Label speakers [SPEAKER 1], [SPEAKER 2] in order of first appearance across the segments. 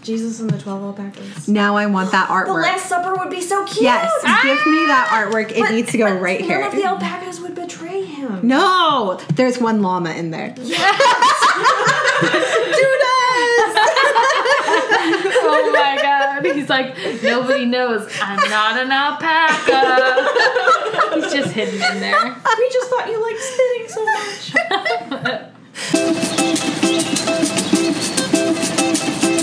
[SPEAKER 1] Jesus and the twelve alpacas.
[SPEAKER 2] Now I want that artwork.
[SPEAKER 3] The Last Supper would be so cute. Ah!
[SPEAKER 2] yes, give me that
[SPEAKER 4] Ah!
[SPEAKER 2] artwork. It
[SPEAKER 3] But-
[SPEAKER 2] needs to go
[SPEAKER 3] but
[SPEAKER 2] right
[SPEAKER 3] none
[SPEAKER 2] here.
[SPEAKER 3] of the alpacas would betray him.
[SPEAKER 2] no, there's one llama in there.
[SPEAKER 4] Oh my god. He's like, nobody knows. I'm not an alpaca. He's just hidden in there.
[SPEAKER 3] We just thought you liked spinning so much.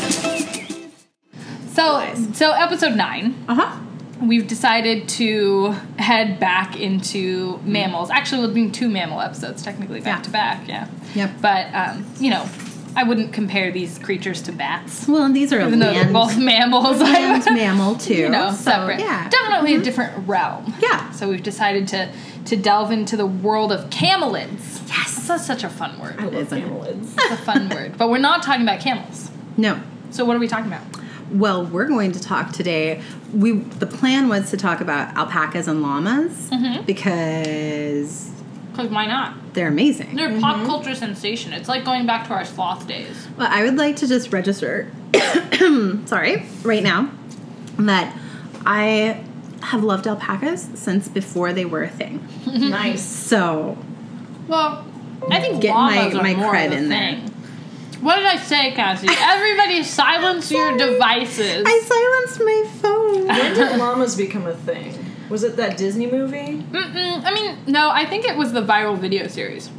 [SPEAKER 4] So, so episode nine,
[SPEAKER 2] Uh huh.
[SPEAKER 4] we've decided to head back into mammals. Actually, we'll do two mammal episodes technically back
[SPEAKER 2] Yeah.
[SPEAKER 4] to back. Yeah.
[SPEAKER 2] Yep.
[SPEAKER 4] But um, you know, I wouldn't compare these creatures to bats,
[SPEAKER 2] Well, and these are
[SPEAKER 4] even though they're
[SPEAKER 2] land,
[SPEAKER 4] both mammals.
[SPEAKER 2] land mammal too.
[SPEAKER 4] you know,
[SPEAKER 2] so,
[SPEAKER 4] separate.
[SPEAKER 2] Yeah. Mm-hmm.
[SPEAKER 4] Definitely a different realm.
[SPEAKER 2] Yeah.
[SPEAKER 4] So we've decided to to delve into the world of camelids. Yes. That's such a fun word.
[SPEAKER 2] It isn't.
[SPEAKER 4] It's a fun word. But we're not talking about camels.
[SPEAKER 2] No.
[SPEAKER 4] So what are we talking about?
[SPEAKER 2] Well, we're going to talk today. We the plan was to talk about alpacas and llamas
[SPEAKER 4] Mm-hmm.
[SPEAKER 2] because
[SPEAKER 4] Because why not?
[SPEAKER 2] they're amazing.
[SPEAKER 4] They're a pop culture sensation. It's like going back to our sloth days.
[SPEAKER 2] Well, I would like to just register, sorry, right now, that I have loved alpacas since before they were a thing.
[SPEAKER 3] nice.
[SPEAKER 2] So,
[SPEAKER 4] Well, I think
[SPEAKER 2] Get my-
[SPEAKER 4] llamas are
[SPEAKER 2] my
[SPEAKER 4] more
[SPEAKER 2] cred
[SPEAKER 4] of a
[SPEAKER 2] in there.
[SPEAKER 4] thing. What did I say, Cassie? Everybody silence your devices.
[SPEAKER 2] I silenced my phone.
[SPEAKER 3] When did llamas become a thing? Was it that Disney movie?
[SPEAKER 4] Mm-mm. I mean, no, I think it was the viral video series.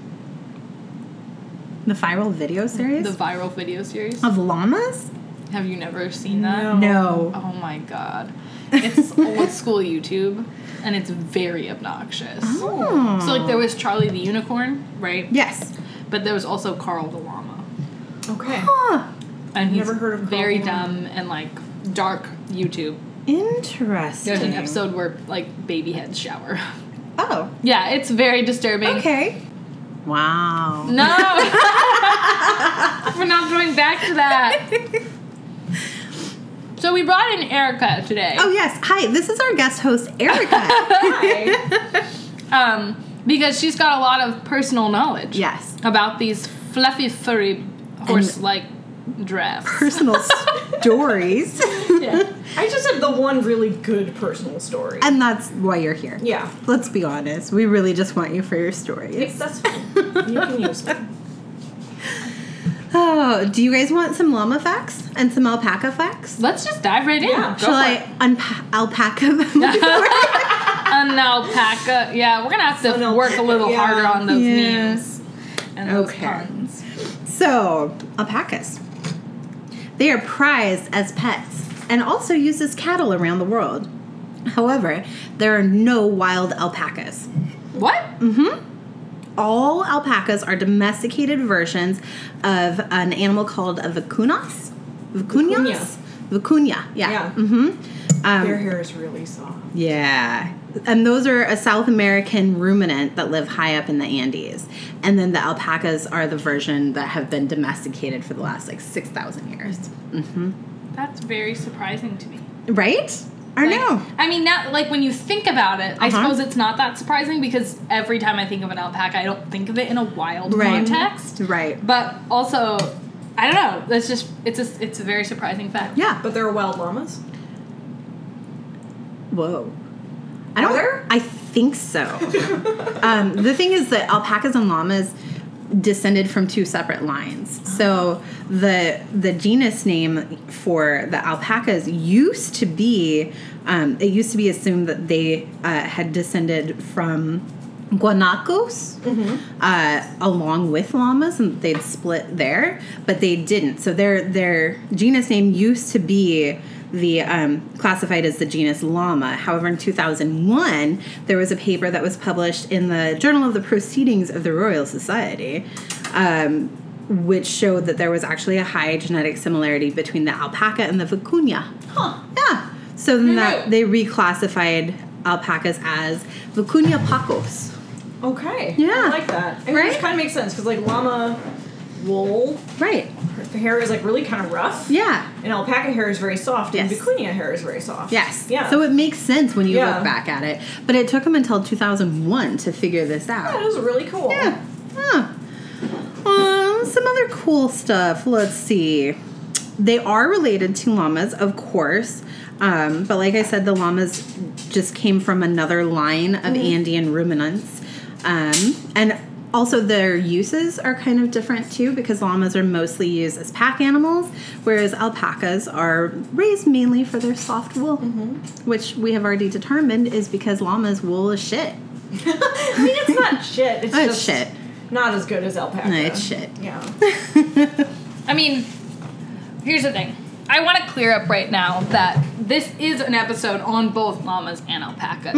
[SPEAKER 2] The viral video series
[SPEAKER 4] The viral video series.
[SPEAKER 2] of llamas?
[SPEAKER 4] Have you never seen that?
[SPEAKER 3] No.
[SPEAKER 2] No.
[SPEAKER 4] Oh my god. It's old school YouTube and it's very obnoxious.
[SPEAKER 2] Oh.
[SPEAKER 4] So like there was Charlie the Unicorn, right?
[SPEAKER 2] Yes.
[SPEAKER 4] But there was also Carl the Llama.
[SPEAKER 3] Okay.
[SPEAKER 2] Huh.
[SPEAKER 4] And he's
[SPEAKER 3] Never heard of Carl
[SPEAKER 4] very
[SPEAKER 3] the Llama.
[SPEAKER 4] dumb and like dark YouTube.
[SPEAKER 2] Interesting.
[SPEAKER 4] There's an episode where like baby heads shower.
[SPEAKER 2] Oh.
[SPEAKER 4] Yeah, it's very disturbing.
[SPEAKER 2] Okay. Wow.
[SPEAKER 4] No. We're not going back to that. So we brought in Erica today.
[SPEAKER 2] Oh yes. Hi. This is our guest host Erica.
[SPEAKER 4] Um, because she's got a lot of personal knowledge.
[SPEAKER 2] yes.
[SPEAKER 4] about these fluffy, furry, horse-like drafts.
[SPEAKER 2] Personal stories.
[SPEAKER 4] Yeah.
[SPEAKER 3] I just have the one really good personal story.
[SPEAKER 2] And that's why you're here.
[SPEAKER 3] yeah.
[SPEAKER 2] Let's be honest. We really just want you for your stories.
[SPEAKER 3] That's fine. you can use them.
[SPEAKER 2] Oh, do you guys want some llama facts and some alpaca facts?
[SPEAKER 4] Let's just dive right in.
[SPEAKER 3] Yeah.
[SPEAKER 4] Go
[SPEAKER 2] Shall
[SPEAKER 4] for
[SPEAKER 2] I unpa- alpaca them? before?
[SPEAKER 4] it. An alpaca. uh, Yeah, we're gonna have to
[SPEAKER 3] An
[SPEAKER 4] work a little
[SPEAKER 3] alpaca,
[SPEAKER 4] harder on those
[SPEAKER 2] Yeah.
[SPEAKER 4] memes and those
[SPEAKER 2] Okay.
[SPEAKER 4] puns.
[SPEAKER 2] so, alpacas. They are prized as pets and also used as cattle around the world. However, there are no wild alpacas.
[SPEAKER 4] What?
[SPEAKER 2] All alpacas are domesticated versions of an animal called a vicuñas. Vicuñas? Vicuña, yeah.
[SPEAKER 3] Yeah.
[SPEAKER 2] Mm-hmm. Um,
[SPEAKER 3] Their hair is really soft.
[SPEAKER 2] Yeah. And those are a South American ruminant that live high up in the Andes. And then the alpacas are the version that have been domesticated for the last like 6,000 years.
[SPEAKER 4] That's very surprising to me.
[SPEAKER 2] Right? Or
[SPEAKER 4] Like,
[SPEAKER 2] no?
[SPEAKER 4] I mean, now, like when you think about it, I
[SPEAKER 2] Uh-huh.
[SPEAKER 4] suppose it's not that surprising because every time I think of an alpaca, I don't think of it in a wild
[SPEAKER 2] Right.
[SPEAKER 4] context.
[SPEAKER 2] Right.
[SPEAKER 4] But also, I don't know. That's just it's a it's a very surprising fact.
[SPEAKER 2] Yeah.
[SPEAKER 3] But there are wild llamas?
[SPEAKER 2] Whoa. I don't.
[SPEAKER 3] Are there?
[SPEAKER 2] I think so. um, the thing is that alpacas and llamas descended from two separate lines. So the the genus name for the alpacas used to be um, it used to be assumed that they uh, had descended from guanacos
[SPEAKER 3] Mm-hmm.
[SPEAKER 2] uh, along with llamas and they'd split there but they didn't so their their genus name used to be the um, classified as the genus llama however in 2001 there was a paper that was published in the journal of the proceedings of the royal society um, which showed that there was actually a high genetic similarity between the alpaca and the vicuña
[SPEAKER 3] Huh.
[SPEAKER 2] yeah so then
[SPEAKER 4] knew?
[SPEAKER 2] that they reclassified alpacas as vicuña pacos
[SPEAKER 3] Okay.
[SPEAKER 2] Yeah.
[SPEAKER 3] I like that. I mean,
[SPEAKER 2] Right?
[SPEAKER 3] Which kind of makes sense because, like, llama wool,
[SPEAKER 2] right
[SPEAKER 3] her hair is, like, really kind of rough.
[SPEAKER 2] yeah
[SPEAKER 3] And alpaca hair is very soft, and
[SPEAKER 2] Yes.
[SPEAKER 3] vicuña hair is very soft.
[SPEAKER 2] Yes.
[SPEAKER 3] Yeah.
[SPEAKER 2] So it makes sense when you
[SPEAKER 3] Yeah.
[SPEAKER 2] look back at it. But it took him until 2001 to figure this
[SPEAKER 3] that
[SPEAKER 2] out.
[SPEAKER 3] is really cool.
[SPEAKER 2] Yeah. Huh. Um, some other cool stuff. Let's see. they are related to llamas, of course. Um, but like I said, the llamas just came from another line of
[SPEAKER 4] Mm-hmm.
[SPEAKER 2] Andean ruminants. Um, and also, their uses are kind of different too because llamas are mostly used as pack animals, whereas alpacas are raised mainly for their soft wool,
[SPEAKER 4] Mm-hmm.
[SPEAKER 2] which we have already determined is because llamas' wool is shit.
[SPEAKER 3] I mean, it's not shit. It's
[SPEAKER 2] Oh,
[SPEAKER 3] just
[SPEAKER 2] it's shit.
[SPEAKER 3] Not as good as alpaca.
[SPEAKER 2] No, it's shit.
[SPEAKER 3] Yeah.
[SPEAKER 4] I mean, here's the thing. I want to clear up right now that this is an episode on both llamas and alpacas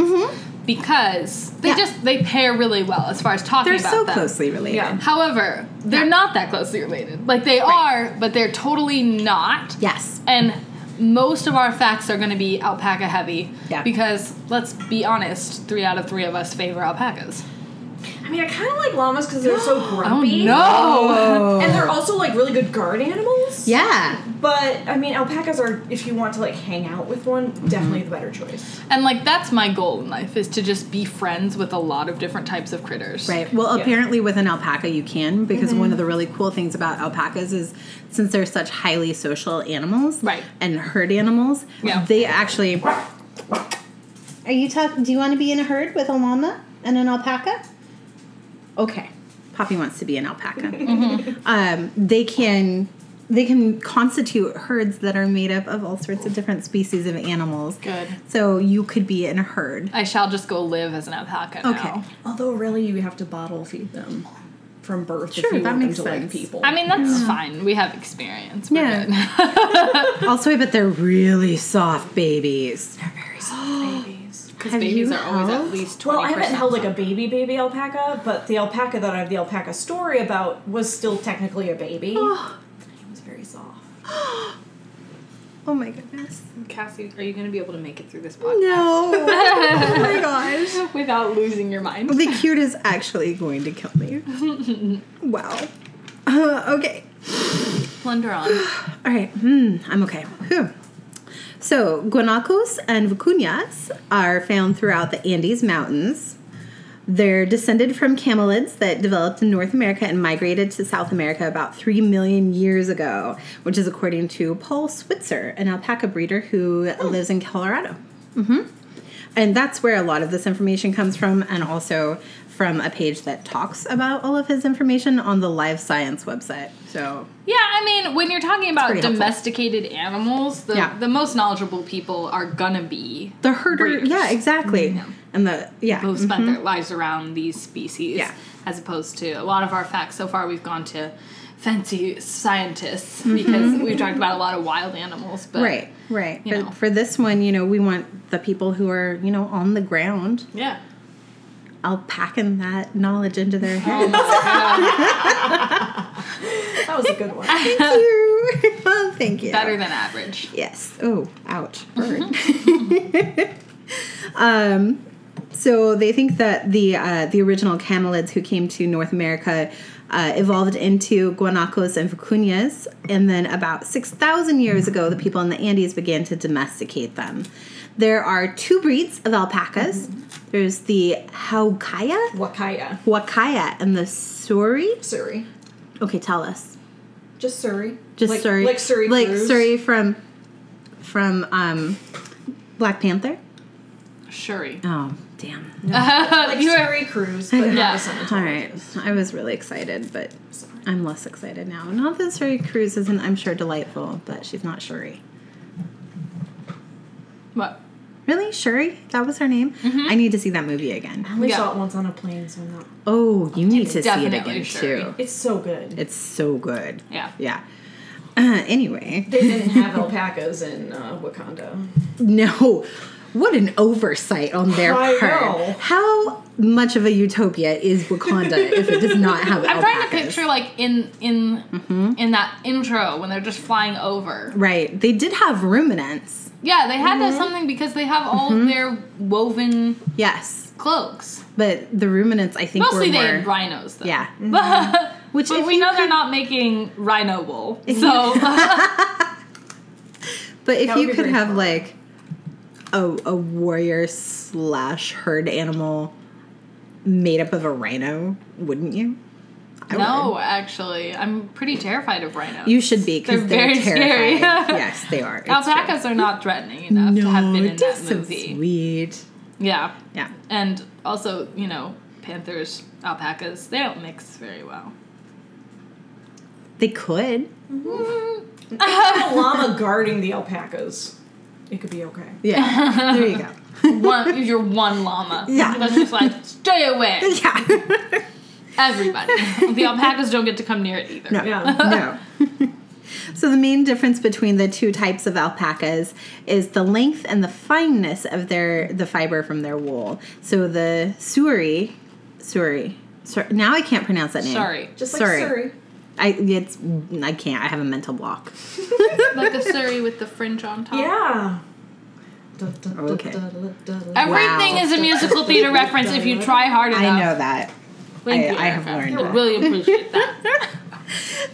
[SPEAKER 4] because they
[SPEAKER 2] Mm-hmm. Yeah.
[SPEAKER 4] just they pair really well as far as talking
[SPEAKER 2] They're
[SPEAKER 4] about
[SPEAKER 2] so
[SPEAKER 4] them.
[SPEAKER 2] closely related.
[SPEAKER 3] Yeah.
[SPEAKER 4] However, they're
[SPEAKER 2] Yeah.
[SPEAKER 4] not that closely related. Like they are, but they're totally not.
[SPEAKER 2] Yes.
[SPEAKER 4] And most of our facts are going to be alpaca heavy
[SPEAKER 2] Yeah.
[SPEAKER 4] because let's be honest, three out of three of us favor alpacas.
[SPEAKER 3] I mean, I kind of like llamas because they're so
[SPEAKER 4] Oh
[SPEAKER 3] grumpy.
[SPEAKER 4] no!
[SPEAKER 3] And they're also like really good guard animals.
[SPEAKER 2] Yeah.
[SPEAKER 3] But I mean, alpacas are if you want to like hang out with one,
[SPEAKER 2] Mm-hmm.
[SPEAKER 3] definitely the better choice.
[SPEAKER 4] And like that's my goal in life is to just be friends with a lot of different types of critters.
[SPEAKER 2] Right. Well,
[SPEAKER 3] Yeah.
[SPEAKER 2] apparently with an alpaca you can because
[SPEAKER 4] Mm-hmm.
[SPEAKER 2] one of the really cool things about alpacas is since they're such highly social animals
[SPEAKER 4] Right.
[SPEAKER 2] and herd animals,
[SPEAKER 4] Yeah.
[SPEAKER 2] they actually Are you talk do you want to be in a herd with a llama and an alpaca? Okay. Poppy wants to be an alpaca. um, they can they can constitute herds that are made up of all sorts of different species of animals.
[SPEAKER 4] Good.
[SPEAKER 2] So you could be in a herd.
[SPEAKER 4] I shall just go live as an alpaca.
[SPEAKER 2] Okay.
[SPEAKER 4] now.
[SPEAKER 3] Although really, you have to bottle feed them from birth
[SPEAKER 2] Sure,
[SPEAKER 3] if you
[SPEAKER 2] that
[SPEAKER 3] want
[SPEAKER 2] makes
[SPEAKER 3] them to like
[SPEAKER 2] sense.
[SPEAKER 3] people.
[SPEAKER 4] I mean that's fine. We have experience. We're
[SPEAKER 2] Mm. Yeah.
[SPEAKER 4] good.
[SPEAKER 2] Also, I bet they're really soft babies.
[SPEAKER 4] Because
[SPEAKER 2] Have
[SPEAKER 4] babies
[SPEAKER 2] you
[SPEAKER 4] are always at
[SPEAKER 2] held-
[SPEAKER 4] least twenty.
[SPEAKER 3] well, I haven't held like a baby baby alpaca, but the alpaca that I have the alpaca story about was still technically a baby. It was very soft.
[SPEAKER 2] Oh my goodness.
[SPEAKER 4] Cassie, are you going to be able to make it through this podcast
[SPEAKER 2] No. oh my gosh.
[SPEAKER 4] without losing your mind?
[SPEAKER 2] The cute is actually going to kill me. Wow. Uh, okay.
[SPEAKER 4] Plunder on.
[SPEAKER 2] All right. Hmm. I'm okay. Whew. So, guanacos and vicuñas are found throughout the Andes Mountains. They're descended from camelids that developed in North America and migrated to South America about 3 million years ago, which is according to Paul Switzer, an alpaca breeder who lives in Colorado. hmm And that's where a lot of this information comes from, and also from a page that talks about all of his information on the Live Science website. So,
[SPEAKER 4] Yeah, I mean, when you're talking about
[SPEAKER 2] pretty helpful.
[SPEAKER 4] domesticated animals, the,
[SPEAKER 2] Yeah.
[SPEAKER 4] the most knowledgeable people are gonna be
[SPEAKER 2] the herder
[SPEAKER 4] breeders.
[SPEAKER 2] yeah exactly
[SPEAKER 4] Mm-hmm.
[SPEAKER 2] and the yeah mm-hmm.
[SPEAKER 4] who spend their lives around these species,
[SPEAKER 2] Yeah.
[SPEAKER 4] as opposed to a lot of our facts so far. We've gone to fancy scientists because we've talked about a lot of wild animals, but
[SPEAKER 2] Mm-hmm. right right
[SPEAKER 4] you
[SPEAKER 2] but
[SPEAKER 4] know.
[SPEAKER 2] for this one you know we want the people who are you know on the ground
[SPEAKER 4] yeah.
[SPEAKER 2] alpacking that knowledge into their
[SPEAKER 4] Oh
[SPEAKER 2] head
[SPEAKER 4] my God.
[SPEAKER 3] That was a good one.
[SPEAKER 2] thank you well, thank you
[SPEAKER 4] Better than average.
[SPEAKER 2] yes oh ouch burn um so they think that the uh, the original camelids who came to North America uh, evolved into guanacos and vicuñas, and then about six thousand years ago, the people in the Andes began to domesticate them. There are two breeds of alpacas. There's the Haukaya,
[SPEAKER 3] Wakaya,
[SPEAKER 2] Wakaya, and the Suri.
[SPEAKER 3] Surrey,
[SPEAKER 2] Okay, tell us.
[SPEAKER 3] just Surrey,
[SPEAKER 2] Just
[SPEAKER 3] like,
[SPEAKER 2] Suri,
[SPEAKER 3] like Surrey,
[SPEAKER 2] like
[SPEAKER 3] Cruise.
[SPEAKER 2] Suri from from um, Black Panther.
[SPEAKER 4] Shuri.
[SPEAKER 2] Oh, damn.
[SPEAKER 3] like Surrey Cruise, but not
[SPEAKER 4] Yeah.
[SPEAKER 3] a cemetery.
[SPEAKER 2] All right. I was really excited, but I'm less excited now. Not that Suri Cruz isn't, I'm sure, delightful, but she's not Shuri.
[SPEAKER 4] What?
[SPEAKER 2] Really? Shuri? That was her name?
[SPEAKER 4] Mm-hmm.
[SPEAKER 2] I need to see that movie again.
[SPEAKER 3] I only
[SPEAKER 4] Yeah.
[SPEAKER 3] saw it once on a plane, so I'm not.
[SPEAKER 2] Oh, you need to see it
[SPEAKER 4] definitely
[SPEAKER 2] again,
[SPEAKER 4] Shuri.
[SPEAKER 2] too.
[SPEAKER 3] It's so good.
[SPEAKER 2] It's so good.
[SPEAKER 4] Yeah.
[SPEAKER 2] Yeah. Uh, anyway,
[SPEAKER 3] they didn't have alpacas in uh, Wakanda.
[SPEAKER 2] no. What an oversight on their
[SPEAKER 3] I
[SPEAKER 2] part.
[SPEAKER 3] know.
[SPEAKER 2] How much of a utopia is Wakanda if it does not have
[SPEAKER 4] I'm trying to
[SPEAKER 2] alpacas?
[SPEAKER 4] picture like in in
[SPEAKER 2] Mm-hmm.
[SPEAKER 4] in that intro when they're just flying over.
[SPEAKER 2] Right. They did have ruminants.
[SPEAKER 4] Yeah, they had to
[SPEAKER 2] Mm-hmm.
[SPEAKER 4] have something because they have all their woven
[SPEAKER 2] Yes.
[SPEAKER 4] cloaks.
[SPEAKER 2] But the ruminants, I think,
[SPEAKER 4] Mostly
[SPEAKER 2] were
[SPEAKER 4] they
[SPEAKER 2] more.
[SPEAKER 4] had rhinos though.
[SPEAKER 2] yeah. Mm-hmm. Which
[SPEAKER 4] Which but
[SPEAKER 2] if
[SPEAKER 4] we
[SPEAKER 2] you
[SPEAKER 4] know
[SPEAKER 2] could-
[SPEAKER 4] they're not making rhino wool. So
[SPEAKER 2] But if
[SPEAKER 3] That would
[SPEAKER 2] you
[SPEAKER 3] be
[SPEAKER 2] could
[SPEAKER 3] very
[SPEAKER 2] have
[SPEAKER 3] fun.
[SPEAKER 2] like a, a warrior slash herd animal made up of a rhino, wouldn't you? I I
[SPEAKER 4] no,
[SPEAKER 2] would.
[SPEAKER 4] actually, I'm pretty terrified of rhinos.
[SPEAKER 2] You should be because
[SPEAKER 4] They're
[SPEAKER 2] they're,
[SPEAKER 4] very scary.
[SPEAKER 2] terrifying. yes, they are. It's true.
[SPEAKER 4] Alpacas are not threatening enough to have been in
[SPEAKER 2] they're
[SPEAKER 4] that
[SPEAKER 2] so
[SPEAKER 4] movie.
[SPEAKER 2] sweet.
[SPEAKER 4] Yeah,
[SPEAKER 2] Yeah.
[SPEAKER 4] and also you know panthers, alpacas, they don't mix very well.
[SPEAKER 2] They could.
[SPEAKER 3] a llama guarding the alpacas. It could be okay.
[SPEAKER 2] Yeah. there you go.
[SPEAKER 4] One, you're one llama.
[SPEAKER 2] Yeah.
[SPEAKER 4] that's just like stay away,
[SPEAKER 2] Yeah.
[SPEAKER 4] everybody. The alpacas don't get to come near it either.
[SPEAKER 2] No.
[SPEAKER 3] Yeah.
[SPEAKER 2] No. so the main difference between the two types of alpacas is the length and the fineness of their the fiber from their wool. So the suri, suri. Sur, now I can't pronounce that name.
[SPEAKER 4] Sorry, just
[SPEAKER 3] Just like
[SPEAKER 2] Sorry.
[SPEAKER 3] Surrey.
[SPEAKER 2] I it's I can't. I have a mental block.
[SPEAKER 4] like a Surrey with the fringe on
[SPEAKER 3] Oh.
[SPEAKER 4] top.
[SPEAKER 3] Yeah. Oh,
[SPEAKER 2] Okay.
[SPEAKER 4] Everything
[SPEAKER 2] Wow.
[SPEAKER 4] is a musical theater reference if you try hard enough.
[SPEAKER 2] I know that.
[SPEAKER 4] Thank
[SPEAKER 2] I-
[SPEAKER 4] you,
[SPEAKER 2] I have
[SPEAKER 4] Erica.
[SPEAKER 2] learned
[SPEAKER 4] I
[SPEAKER 2] that.
[SPEAKER 4] really appreciate that.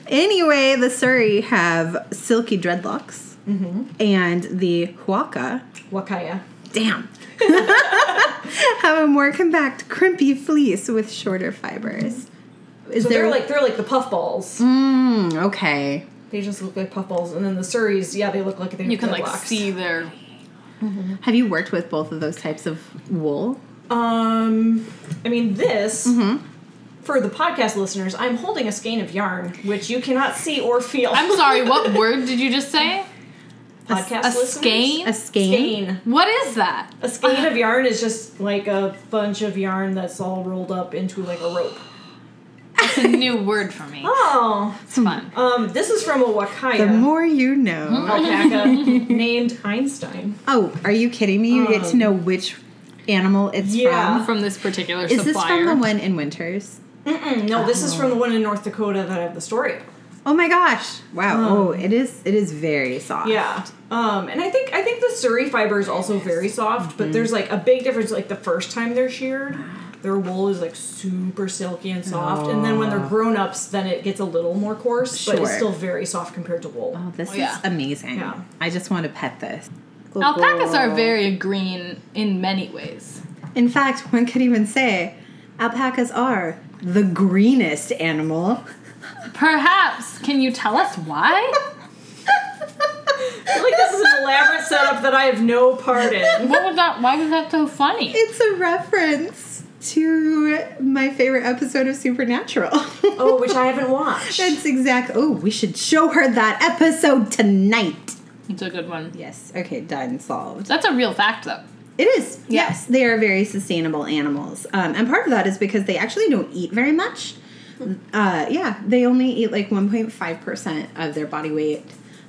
[SPEAKER 2] Anyway, the suri have silky dreadlocks, and the huaca.
[SPEAKER 3] Wakaya.
[SPEAKER 2] Damn. have a more compact, crimpy fleece with shorter fibers. Is
[SPEAKER 3] So
[SPEAKER 2] there
[SPEAKER 3] they're like they're like the puffballs.
[SPEAKER 4] Mm-hmm.
[SPEAKER 2] Mm, okay.
[SPEAKER 3] They just look like puffballs, and then the Surreys, yeah, they look like they. have
[SPEAKER 4] You can like
[SPEAKER 3] dreadlocks.
[SPEAKER 4] see their
[SPEAKER 2] Have you worked with both of those types of wool?
[SPEAKER 3] Um, I mean this.
[SPEAKER 4] Mm-hmm.
[SPEAKER 3] For the podcast listeners, I'm holding a skein of yarn, which you cannot see or feel.
[SPEAKER 4] I'm sorry, what word did you just say?
[SPEAKER 3] podcast
[SPEAKER 4] A
[SPEAKER 3] listeners?
[SPEAKER 4] skein? Uh-huh.
[SPEAKER 2] A skein?
[SPEAKER 3] Skein.
[SPEAKER 4] What is that?
[SPEAKER 3] A skein of yarn is just like a bunch of yarn that's all rolled up into like a rope.
[SPEAKER 4] That's a new word for me.
[SPEAKER 3] Oh,
[SPEAKER 4] It's fun.
[SPEAKER 3] um, this is from a
[SPEAKER 2] The
[SPEAKER 3] Wakaya
[SPEAKER 2] more you
[SPEAKER 3] Mm-hmm.
[SPEAKER 2] know.
[SPEAKER 3] alpaca named Einstein.
[SPEAKER 2] Oh, are you kidding me? You get to know which animal it's
[SPEAKER 3] Um, Yeah.
[SPEAKER 2] from.
[SPEAKER 4] From this particular
[SPEAKER 2] Is this
[SPEAKER 4] supplier.
[SPEAKER 2] from the one in Winters?
[SPEAKER 3] No, this is from the one in North Dakota that I have the story. Of.
[SPEAKER 2] Oh my gosh. Wow. Oh, it is it is very soft.
[SPEAKER 3] Um, Yeah. Um, and I think I think the Surrey fiber is also very soft, but there's like a big difference. Like the first time they're sheared, their wool is like super silky and soft, and then when they're grown ups, then it gets a little more coarse, but it's
[SPEAKER 2] Sure.
[SPEAKER 3] still very soft compared to wool.
[SPEAKER 2] Oh, this
[SPEAKER 4] Oh, yeah.
[SPEAKER 2] is amazing.
[SPEAKER 3] Yeah.
[SPEAKER 2] I just want to pet this.
[SPEAKER 4] Alpacas are very green in many ways.
[SPEAKER 2] In fact, one could even say alpacas are the greenest animal.
[SPEAKER 4] Perhaps, can you tell us why?
[SPEAKER 3] I feel like this is an elaborate setup that I have no part in.
[SPEAKER 4] What was that? Why was that so funny?
[SPEAKER 2] It's a reference to my favorite episode of Supernatural.
[SPEAKER 3] Oh, which I haven't watched.
[SPEAKER 2] That's exact. Oh, we should show her that episode tonight.
[SPEAKER 4] It's a good one.
[SPEAKER 2] Yes. Okay. Done. Solved.
[SPEAKER 4] That's a real fact, though.
[SPEAKER 2] It is. Yes, they are very sustainable animals, um, and part of that is because they actually don't eat very much. Uh, yeah, they only eat like 1.5 percent of their body weight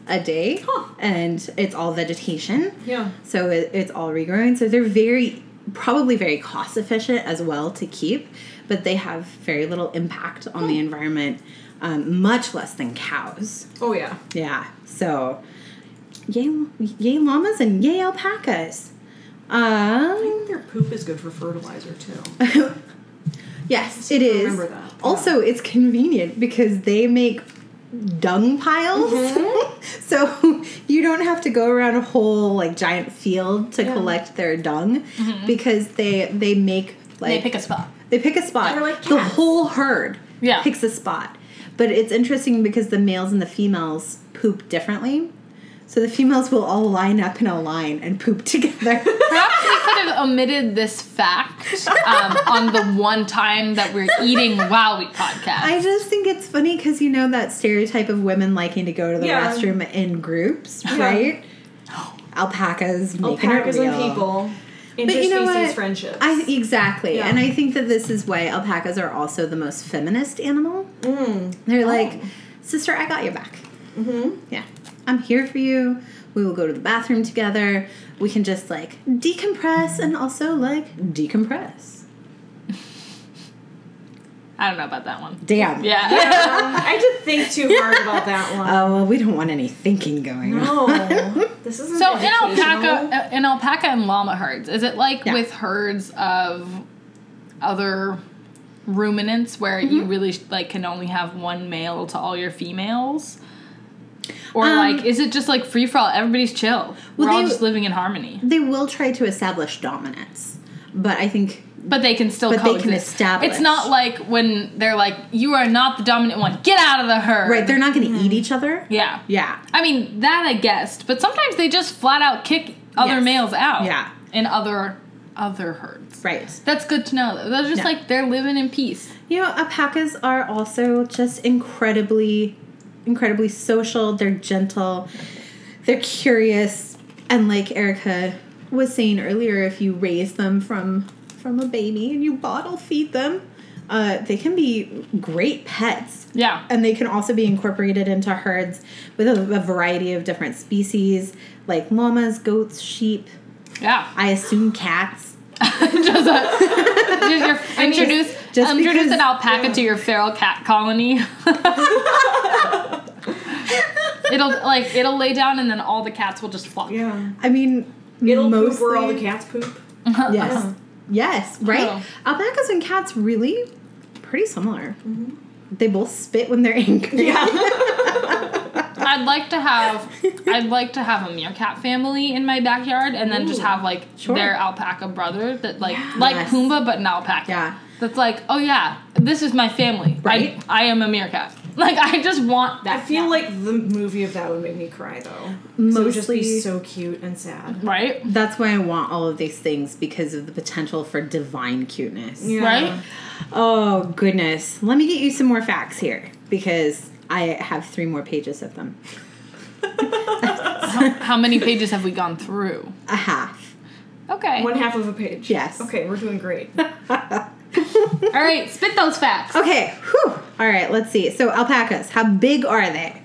[SPEAKER 2] a day,
[SPEAKER 3] Huh.
[SPEAKER 2] and it's all vegetation.
[SPEAKER 3] Yeah.
[SPEAKER 2] So it, it's all regrowing. So they're very, probably very cost efficient as well to keep, but they have very little impact on the environment, um, much less than cows.
[SPEAKER 3] Oh yeah.
[SPEAKER 2] Yeah. So, yay, yay llamas and yay alpacas. Um,
[SPEAKER 3] Their poop is good for fertilizer too.
[SPEAKER 2] yes, it is.
[SPEAKER 3] remember that.
[SPEAKER 2] Also, it's convenient because they make dung piles. so you don't have to go around a whole like giant field to collect their dung because they they make
[SPEAKER 4] They
[SPEAKER 2] like
[SPEAKER 4] pick a spot.
[SPEAKER 2] They pick a spot.
[SPEAKER 3] They're like
[SPEAKER 2] the whole herd
[SPEAKER 4] Yeah.
[SPEAKER 2] picks a spot. But it's interesting because the males and the females poop differently. So the females will all line up in a line and poop together.
[SPEAKER 4] Perhaps we could have omitted this fact um, on the one time that we're eating while we podcast.
[SPEAKER 2] I just think it's funny because you know that stereotype of women liking to go to the
[SPEAKER 3] Yeah.
[SPEAKER 2] restroom in groups, right? Alpacas, making
[SPEAKER 3] Alpacas
[SPEAKER 2] it real.
[SPEAKER 3] and people. Interspecies friendships.
[SPEAKER 2] I exactly,
[SPEAKER 3] Yeah.
[SPEAKER 2] and I think that this is why alpacas are also the most feminist animal. They're like, sister, I got your back. Mm-hmm. Yeah, I'm here for you. We will go to the bathroom together. We can just like decompress and also like decompress.
[SPEAKER 4] I don't know about that one.
[SPEAKER 2] Damn.
[SPEAKER 4] Yeah.
[SPEAKER 3] Um, I did think too hard about that one.
[SPEAKER 2] Oh well, we don't want any thinking going on.
[SPEAKER 3] No, this isn't.
[SPEAKER 4] So in
[SPEAKER 3] educational.
[SPEAKER 4] alpaca, uh, in alpaca and llama herds, is it like
[SPEAKER 2] Yeah.
[SPEAKER 4] with herds of other ruminants where you
[SPEAKER 2] Mm-hmm.
[SPEAKER 4] really like can only have one male to all your females? Or like, is it just like free for all? Everybody's chill. We're all
[SPEAKER 2] Um, they-
[SPEAKER 4] just living in harmony.
[SPEAKER 2] They will try to establish dominance. but I think
[SPEAKER 4] But they can still
[SPEAKER 2] But they
[SPEAKER 4] coexist.
[SPEAKER 2] can establish.
[SPEAKER 4] It's not like when they're like, you are not the dominant one. Get out of the herd.
[SPEAKER 2] right, they're not going to eat each other.
[SPEAKER 4] Yeah.
[SPEAKER 2] Yeah.
[SPEAKER 4] I mean, that I guessed, but sometimes they just flat out kick other
[SPEAKER 2] Yes.
[SPEAKER 4] males out.
[SPEAKER 2] Yeah.
[SPEAKER 4] In other other herds.
[SPEAKER 2] Right.
[SPEAKER 4] That's good to know. though. They're just
[SPEAKER 2] Yeah.
[SPEAKER 4] like they're living in peace.
[SPEAKER 2] You know, alpacas are also just incredibly, incredibly social. They're gentle. They're curious, and like Erica was saying earlier, if you raise them from from a baby and you bottle feed them, uh, they can be great pets.
[SPEAKER 4] Yeah.
[SPEAKER 2] And they can also be incorporated into herds with a, a variety of different species, like llamas, goats, sheep.
[SPEAKER 4] Yeah.
[SPEAKER 2] I assume cats.
[SPEAKER 4] just a, just your, introduce um,
[SPEAKER 2] just
[SPEAKER 4] introduce
[SPEAKER 2] because-
[SPEAKER 4] an alpaca to your feral cat colony. it'll like it'll lay down and then all the cats will just flock.
[SPEAKER 3] Yeah.
[SPEAKER 2] I mean,
[SPEAKER 3] It'll
[SPEAKER 2] mostly,
[SPEAKER 3] poop where all the cats poop.
[SPEAKER 2] Yes.
[SPEAKER 3] Yeah.
[SPEAKER 2] Yes, right?
[SPEAKER 4] Oh.
[SPEAKER 2] Alpacas and cats really pretty similar. They both spit when they're angry.
[SPEAKER 4] I'd like to have I'd like to have a meerkat family in my backyard and then just have like
[SPEAKER 2] sure.
[SPEAKER 4] their alpaca brother that like like
[SPEAKER 2] Yes.
[SPEAKER 4] Pumbaa but an alpaca.
[SPEAKER 2] Yeah.
[SPEAKER 4] That's like, oh yeah, this is my family. I-
[SPEAKER 2] Right.
[SPEAKER 4] I, am a meerkat. Like I just want
[SPEAKER 3] I
[SPEAKER 4] that.
[SPEAKER 3] feel like the movie of that would make me cry though. 'Cause it would just
[SPEAKER 2] Mostly-
[SPEAKER 3] be so cute and sad.
[SPEAKER 4] right?
[SPEAKER 2] That's why I want all of these things because of the potential for divine cuteness.
[SPEAKER 3] Yeah.
[SPEAKER 4] Right?
[SPEAKER 2] Oh, goodness. Let me get you some more facts here because I have three more pages of them.
[SPEAKER 4] How many pages have we gone through?
[SPEAKER 2] A half.
[SPEAKER 4] Okay.
[SPEAKER 3] One half of a page.
[SPEAKER 2] Yes.
[SPEAKER 3] Okay, we're doing great.
[SPEAKER 4] All right, spit those facts.
[SPEAKER 2] Okay, whew. All right, let's see. So, alpacas, how big are they?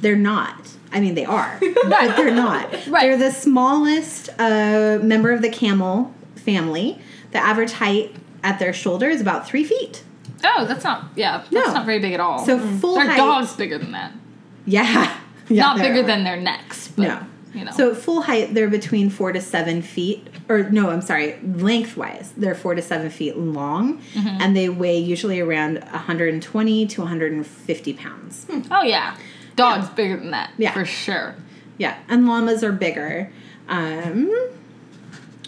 [SPEAKER 2] They're not. I mean, they are, but they're not.
[SPEAKER 4] Right.
[SPEAKER 2] They're the smallest uh, member of the camel family. The average height at their shoulder is about three feet.
[SPEAKER 4] Oh, that's not yeah, that's
[SPEAKER 2] No.
[SPEAKER 4] not very big at all.
[SPEAKER 2] So, full
[SPEAKER 4] Their
[SPEAKER 2] height.
[SPEAKER 4] dog's bigger than that.
[SPEAKER 2] Yeah. Yeah,
[SPEAKER 4] not
[SPEAKER 2] they
[SPEAKER 4] bigger
[SPEAKER 2] are.
[SPEAKER 4] than their necks, but
[SPEAKER 2] No.
[SPEAKER 4] you know.
[SPEAKER 2] So, at full height, they're between four to seven feet, or no, I'm sorry, lengthwise, they're four to seven feet long,
[SPEAKER 4] Mm-hmm.
[SPEAKER 2] and they weigh usually around 120 to 150 pounds.
[SPEAKER 4] Oh yeah. Dog's bigger than that.
[SPEAKER 2] Yeah.
[SPEAKER 4] For sure.
[SPEAKER 2] Yeah, and llamas are bigger. Um,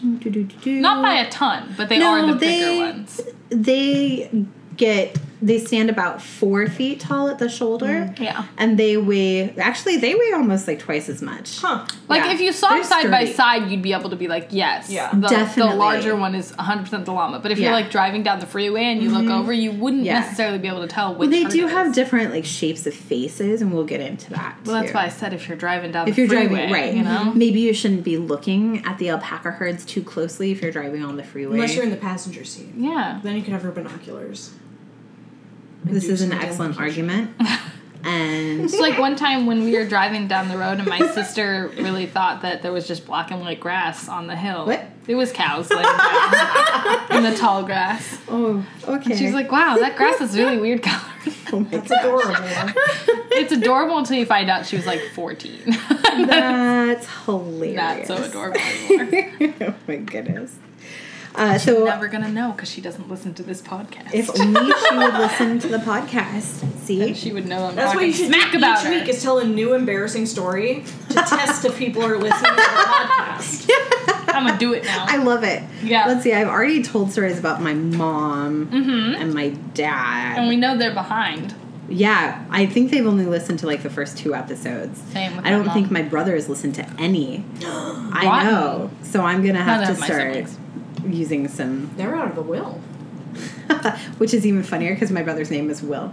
[SPEAKER 2] doo-doo-doo-doo.
[SPEAKER 4] Not by a ton, but they
[SPEAKER 2] No,
[SPEAKER 4] are the
[SPEAKER 2] they-
[SPEAKER 4] bigger ones.
[SPEAKER 2] They get they stand about four feet tall at the shoulder.
[SPEAKER 4] Mm, yeah.
[SPEAKER 2] and they weigh actually they weigh almost like twice as much.
[SPEAKER 3] Huh.
[SPEAKER 4] Like
[SPEAKER 2] Yeah.
[SPEAKER 4] if you saw
[SPEAKER 2] They're
[SPEAKER 4] them side by
[SPEAKER 2] sturdy.
[SPEAKER 4] side, you'd be able to be like, yes,
[SPEAKER 3] Yeah.
[SPEAKER 4] the,
[SPEAKER 2] Definitely.
[SPEAKER 4] the larger one is 100% the llama. But if
[SPEAKER 2] Yeah. Mm-hmm.
[SPEAKER 4] you're like driving down the freeway and you look over, you wouldn't
[SPEAKER 2] Yeah.
[SPEAKER 4] necessarily be able to tell which.
[SPEAKER 2] Well, they
[SPEAKER 4] herd
[SPEAKER 2] do
[SPEAKER 4] it
[SPEAKER 2] have
[SPEAKER 4] is.
[SPEAKER 2] different like shapes of faces, and we'll get into that.
[SPEAKER 4] Well, that's
[SPEAKER 2] too.
[SPEAKER 4] why I said if you're driving down
[SPEAKER 2] If
[SPEAKER 4] the
[SPEAKER 2] you're
[SPEAKER 4] freeway,
[SPEAKER 2] driving, right, Mm-hmm.
[SPEAKER 4] you know,
[SPEAKER 2] maybe you shouldn't be looking at the alpaca herds too closely if you're driving on the freeway.
[SPEAKER 3] Unless you're in the passenger seat.
[SPEAKER 4] yeah,
[SPEAKER 3] Then you can have your binoculars. And
[SPEAKER 2] this
[SPEAKER 3] do
[SPEAKER 2] is an
[SPEAKER 3] some
[SPEAKER 2] excellent
[SPEAKER 3] identification.
[SPEAKER 2] argument. and
[SPEAKER 4] It's like one time when we were driving down the road and my sister really thought that there was just black and white grass on the hill.
[SPEAKER 2] What?
[SPEAKER 4] It was cows laying down in the tall grass.
[SPEAKER 2] oh, okay.
[SPEAKER 4] She's like, wow, that grass is really weird color.
[SPEAKER 2] oh my god.
[SPEAKER 3] It's adorable.
[SPEAKER 4] It's adorable until you find out she was like 14.
[SPEAKER 2] That's hilarious.
[SPEAKER 4] Not so adorable anymore.
[SPEAKER 2] oh my goodness. Uh, so
[SPEAKER 4] Never gonna know because she doesn't listen to this podcast.
[SPEAKER 2] if only she would listen to the podcast. See,
[SPEAKER 4] she would know I'm
[SPEAKER 3] That's what you
[SPEAKER 4] talking
[SPEAKER 3] should
[SPEAKER 4] smack
[SPEAKER 3] do
[SPEAKER 4] about
[SPEAKER 3] each
[SPEAKER 4] her.
[SPEAKER 3] week is tell a new embarrassing story to test if people are listening to the podcast.
[SPEAKER 4] I'm gonna do it now.
[SPEAKER 2] I love it.
[SPEAKER 4] Yeah.
[SPEAKER 2] Let's see. I've already told stories about my mom and my dad.
[SPEAKER 4] Mm-hmm. and we know they're behind.
[SPEAKER 2] yeah, I think they've only listened to like the first two episodes.
[SPEAKER 4] Same with
[SPEAKER 2] I
[SPEAKER 4] my
[SPEAKER 2] don't think my
[SPEAKER 4] mom.
[SPEAKER 2] brother has listened to any. I
[SPEAKER 4] Rotten.
[SPEAKER 2] know. So I'm gonna have
[SPEAKER 4] None
[SPEAKER 2] to
[SPEAKER 4] of my
[SPEAKER 2] start
[SPEAKER 4] siblings.
[SPEAKER 2] using some,
[SPEAKER 3] They're out of the will.
[SPEAKER 2] which is even funnier because my brother's name is Will.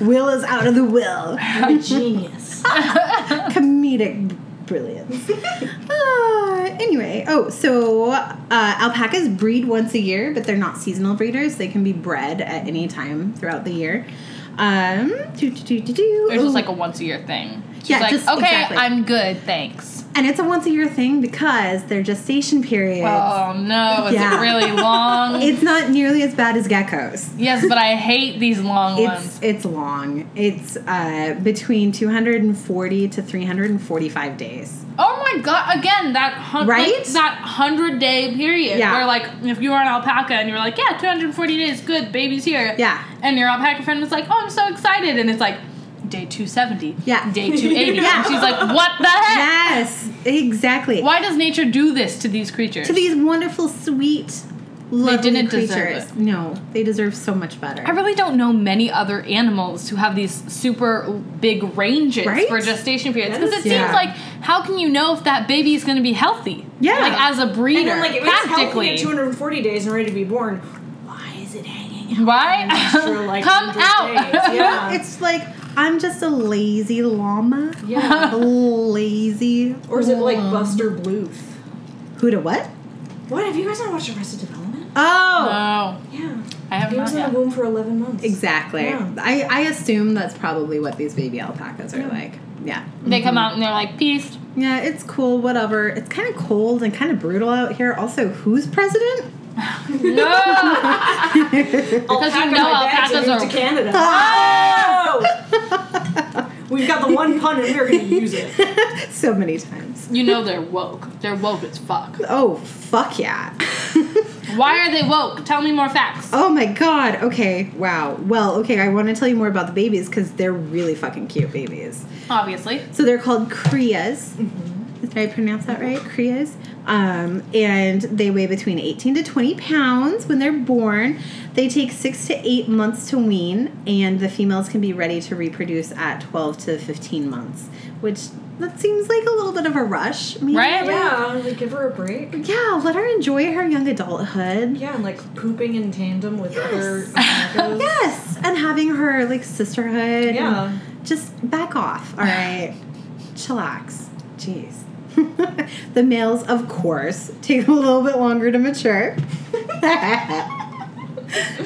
[SPEAKER 2] Will is out of the will.
[SPEAKER 3] I'm a genius.
[SPEAKER 2] comedic brilliance. uh, anyway, oh, so uh, alpacas breed once a year, but they're not seasonal breeders. They can be bred at any time throughout the year. Um, do, do, do, do, do.
[SPEAKER 4] It was
[SPEAKER 2] Ooh.
[SPEAKER 4] just like a once a year thing. She's
[SPEAKER 2] Yeah,
[SPEAKER 4] like,
[SPEAKER 2] just-
[SPEAKER 4] okay,
[SPEAKER 2] exactly.
[SPEAKER 4] I'm good, thanks.
[SPEAKER 2] and it's a once a year thing because their gestation period.
[SPEAKER 4] Oh no, is
[SPEAKER 2] Yeah.
[SPEAKER 4] it really long?
[SPEAKER 2] It's not nearly as bad as geckos.
[SPEAKER 4] yes, but I hate these long
[SPEAKER 2] It's
[SPEAKER 4] ones.
[SPEAKER 2] it's long. It's uh, between 240 to 345 days.
[SPEAKER 4] Oh my god! Again, that hun- like,
[SPEAKER 2] Right?
[SPEAKER 4] that hundred day period
[SPEAKER 2] Yeah.
[SPEAKER 4] where like if you were an alpaca and you were like, yeah, 240 days, good, baby's here.
[SPEAKER 2] Yeah.
[SPEAKER 4] And your alpaca friend was like, oh, I'm so excited, and it's like day 270.
[SPEAKER 2] Yeah.
[SPEAKER 4] Day 280.
[SPEAKER 2] Yeah.
[SPEAKER 4] And she's like, what the heck?
[SPEAKER 2] Yes. Exactly.
[SPEAKER 4] Why does nature do this to these creatures?
[SPEAKER 2] To these wonderful, sweet, lovely
[SPEAKER 4] didn't
[SPEAKER 2] creatures.
[SPEAKER 4] deserve it.
[SPEAKER 2] No, they deserve so much better.
[SPEAKER 4] I really don't know many other animals who have these super big ranges
[SPEAKER 2] Right?
[SPEAKER 4] for gestation periods
[SPEAKER 3] That is-
[SPEAKER 4] because it
[SPEAKER 2] yeah.
[SPEAKER 4] seems like how can you know if that baby is going to be healthy?
[SPEAKER 2] Yeah.
[SPEAKER 4] like as a breeder,
[SPEAKER 3] And then, like, if it's healthy
[SPEAKER 4] practically.
[SPEAKER 3] at 240 days and ready to be born, why is it hanging out
[SPEAKER 4] Why?
[SPEAKER 3] for like
[SPEAKER 4] Come
[SPEAKER 3] 100
[SPEAKER 4] out.
[SPEAKER 3] Days? Yeah.
[SPEAKER 2] it's like I'm just a lazy llama.
[SPEAKER 3] yeah.
[SPEAKER 2] lazy.
[SPEAKER 3] Or is it like
[SPEAKER 2] llama.
[SPEAKER 3] Buster Bluth?
[SPEAKER 2] who to what?
[SPEAKER 3] What? Have you guys not watched Arrested Development?
[SPEAKER 2] Oh,
[SPEAKER 4] Oh,
[SPEAKER 3] Yeah.
[SPEAKER 4] I have
[SPEAKER 3] He was
[SPEAKER 4] not.
[SPEAKER 3] in the
[SPEAKER 4] Yet.
[SPEAKER 3] womb for 11 months.
[SPEAKER 2] exactly.
[SPEAKER 3] Yeah.
[SPEAKER 2] I I assume that's probably what these baby alpacas are
[SPEAKER 3] Yeah.
[SPEAKER 2] like. Yeah.
[SPEAKER 4] They come out and they're like, peace.
[SPEAKER 2] Yeah, it's cool, whatever. It's kind of cold and kind of brutal out here. Also, who's president?
[SPEAKER 4] No.
[SPEAKER 3] Because
[SPEAKER 4] you know alpacas
[SPEAKER 3] to
[SPEAKER 4] are-
[SPEAKER 3] Canada. Oh! We've got the one pun and we're going to use it.
[SPEAKER 2] so many times.
[SPEAKER 4] you know they're woke. They're woke as fuck.
[SPEAKER 2] Oh, fuck yeah.
[SPEAKER 4] Why are they woke? Tell me more facts.
[SPEAKER 2] oh my god. Okay, wow. Well, okay, I want to tell you more about the babies because they're really fucking cute babies.
[SPEAKER 4] Obviously.
[SPEAKER 2] So they're called Kriyas. Did I pronounce that right? Kriyas. Um, and they weigh between 18 to 20 pounds when they're born. They take six to eight months to wean, and the females can be ready to reproduce at 12 to 15 months, which that seems like a little bit of a rush. maybe.
[SPEAKER 4] Right?
[SPEAKER 3] Yeah, like give her a break.
[SPEAKER 2] Yeah, let her enjoy her young adulthood.
[SPEAKER 3] Yeah, and like pooping in tandem with other alpacas.
[SPEAKER 2] Yes, and having her like sisterhood. and
[SPEAKER 3] Yeah.
[SPEAKER 2] Just back off, all right? Chillax. Jeez. the males, of course, take a little bit longer to mature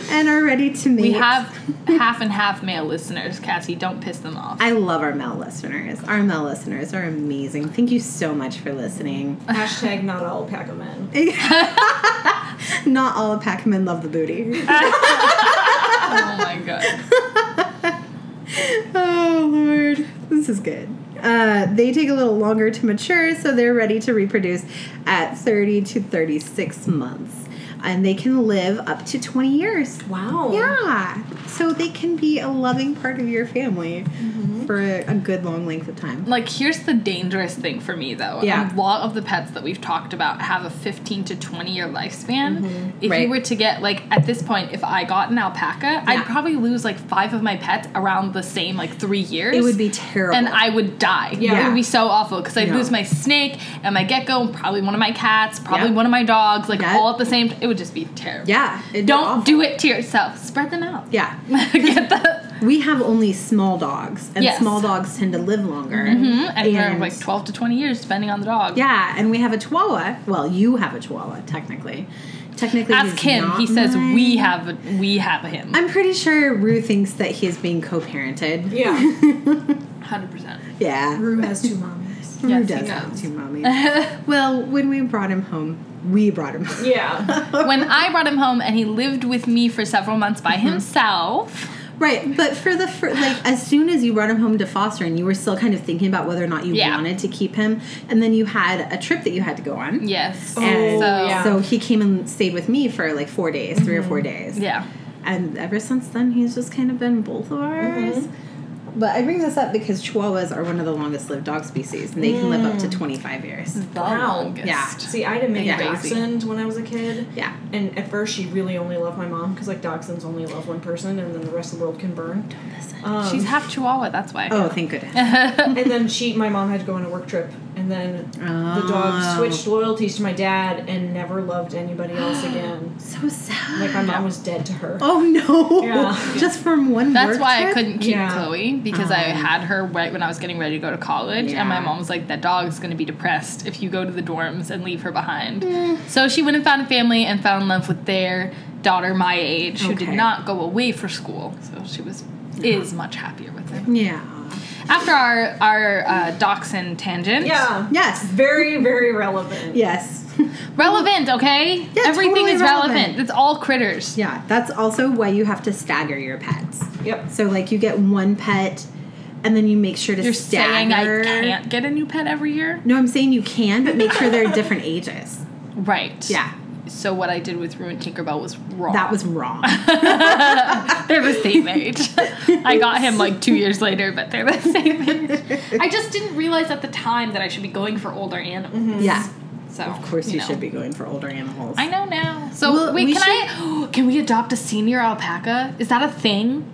[SPEAKER 2] and are ready to mate.
[SPEAKER 4] We have half and half male listeners, Cassie. Don't piss them off.
[SPEAKER 2] I love our male listeners. Our male listeners are amazing. Thank you so much for listening.
[SPEAKER 3] Hashtag not all alpaca men.
[SPEAKER 2] Not all of pac men love the booty.
[SPEAKER 4] oh my god.
[SPEAKER 2] oh lord this is good uh, they take a little longer to mature so they're ready to reproduce at 30 to 36 months and they can live up to 20 years
[SPEAKER 3] Wow.
[SPEAKER 2] yeah so they can be a loving part of your family
[SPEAKER 4] Mm-hmm.
[SPEAKER 2] for a, a good long length of time
[SPEAKER 4] Like, here's the dangerous thing for me, though.
[SPEAKER 2] Yeah.
[SPEAKER 4] A lot of the pets that we've talked about have a 15 to 20 year lifespan. If
[SPEAKER 2] Mm-hmm. Right.
[SPEAKER 4] you were to get, like, at this point, if I got an alpaca, I'd probably lose, like, five of my pets around the same, like, three years.
[SPEAKER 2] it would be terrible
[SPEAKER 4] And I would die.
[SPEAKER 3] Yeah.
[SPEAKER 4] It would be so awful because I'd
[SPEAKER 2] No.
[SPEAKER 4] lose my snake and my gecko, and probably one of my cats, probably
[SPEAKER 2] Yeah.
[SPEAKER 4] one of my dogs, like,
[SPEAKER 2] Yeah.
[SPEAKER 4] all at the same time. It would just be terrible.
[SPEAKER 2] yeah it'd be awful.
[SPEAKER 4] Don't do it to yourself. Spread them out.
[SPEAKER 2] yeah
[SPEAKER 4] Get the.
[SPEAKER 2] we have only small dogs and
[SPEAKER 4] Yes.
[SPEAKER 2] small dogs tend to live longer
[SPEAKER 4] Mhm, And,
[SPEAKER 2] And-
[SPEAKER 4] for like 12 to 20 years, depending on the dog.
[SPEAKER 2] Yeah, and we have a chihuahua. Well, you have a chihuahua, technically. Technically,
[SPEAKER 4] Ask
[SPEAKER 2] he's
[SPEAKER 4] him.
[SPEAKER 2] not
[SPEAKER 4] He says
[SPEAKER 2] mine.
[SPEAKER 4] we have a, we have a him.
[SPEAKER 2] I'm pretty sure Rue thinks that he is being co-parented.
[SPEAKER 3] Yeah.
[SPEAKER 4] Hundred percent.
[SPEAKER 2] Yeah, Rue,
[SPEAKER 3] Rue has two mommies.
[SPEAKER 4] Yes, he
[SPEAKER 2] does
[SPEAKER 4] does.
[SPEAKER 2] have two mommies. well, when we brought him home, we brought him home.
[SPEAKER 3] Yeah.
[SPEAKER 4] When I brought him home and he lived with me for several months by
[SPEAKER 2] Mm-hmm.
[SPEAKER 4] himself,
[SPEAKER 2] Right, but for the fir- like, as soon as you brought him home to foster, and you were still kind of thinking about whether or not you
[SPEAKER 4] Yeah.
[SPEAKER 2] wanted to keep him, and then you had a trip that you had to go on.
[SPEAKER 4] yes.
[SPEAKER 2] And
[SPEAKER 4] so
[SPEAKER 3] yeah.
[SPEAKER 2] so he came and stayed with me for like four days, three or four days.
[SPEAKER 4] Mm-hmm. yeah.
[SPEAKER 2] And ever since then, he's just kind of been both of ours. Mm-hmm. But I bring this up because Chihuahuas are one of the longest lived dog species, and they can live up to 25 years.
[SPEAKER 4] The
[SPEAKER 3] Wow.
[SPEAKER 4] longest.
[SPEAKER 2] Yeah.
[SPEAKER 3] See, I had a mini
[SPEAKER 2] Yeah.
[SPEAKER 3] dachshund when I was a kid.
[SPEAKER 2] Yeah.
[SPEAKER 3] And at first, she really only loved my mom because like dachshunds only love one person, and then the rest of the world can burn. Um,
[SPEAKER 4] She's half Chihuahua. That's why.
[SPEAKER 2] Oh, thank goodness.
[SPEAKER 3] and then she, my mom, had to go on a work trip, and then the
[SPEAKER 2] Oh.
[SPEAKER 3] dog switched loyalties to my dad and never loved anybody else again.
[SPEAKER 2] so sad.
[SPEAKER 3] Like my mom was dead to her.
[SPEAKER 2] oh no!
[SPEAKER 3] Yeah.
[SPEAKER 2] Just from one.
[SPEAKER 4] That's
[SPEAKER 2] work
[SPEAKER 4] why I
[SPEAKER 2] trip? Um.
[SPEAKER 4] couldn't keep
[SPEAKER 3] Yeah.
[SPEAKER 4] Chloe because I had her right when I was getting ready to go to college, and
[SPEAKER 2] Yeah.
[SPEAKER 4] my mom was like, "That dog's going to be depressed if you go to the dorms and leave her behind."
[SPEAKER 2] Mm.
[SPEAKER 4] So she went and found a family and fell in love with their daughter my age, who did
[SPEAKER 2] Okay. Uh-huh.
[SPEAKER 4] not go away for school. So she was is much happier with him.
[SPEAKER 2] Yeah.
[SPEAKER 4] After our our uh, dachshund tangent,
[SPEAKER 3] Yeah.
[SPEAKER 2] Yes.
[SPEAKER 3] Very, very relevant.
[SPEAKER 2] Yes.
[SPEAKER 4] relevant, okay? Everything
[SPEAKER 2] totally
[SPEAKER 4] is relevant.
[SPEAKER 2] relevant.
[SPEAKER 4] It's all critters.
[SPEAKER 2] yeah. That's also why you have to stagger your pets.
[SPEAKER 3] Yep.
[SPEAKER 2] So like you get one pet, and then you make sure to
[SPEAKER 4] You're saying
[SPEAKER 2] stagger.
[SPEAKER 4] I can't get a new pet every year,
[SPEAKER 2] No, I'm saying you can, but make sure they're different ages.
[SPEAKER 4] right?
[SPEAKER 2] Yeah.
[SPEAKER 4] so what I did with Rue and Tinkerbell was wrong.
[SPEAKER 2] That was wrong.
[SPEAKER 4] they're the same age. I got him like two years later, but they're the same age. I just didn't realize at the time that I should be going for older animals.
[SPEAKER 2] yeah.
[SPEAKER 4] So
[SPEAKER 2] Mm-hmm. Of course, you,
[SPEAKER 4] know.
[SPEAKER 2] should be going for older animals.
[SPEAKER 4] I know now. So
[SPEAKER 2] Well,
[SPEAKER 4] wait,
[SPEAKER 2] we
[SPEAKER 4] can I? Can we adopt a senior alpaca? Is that a thing?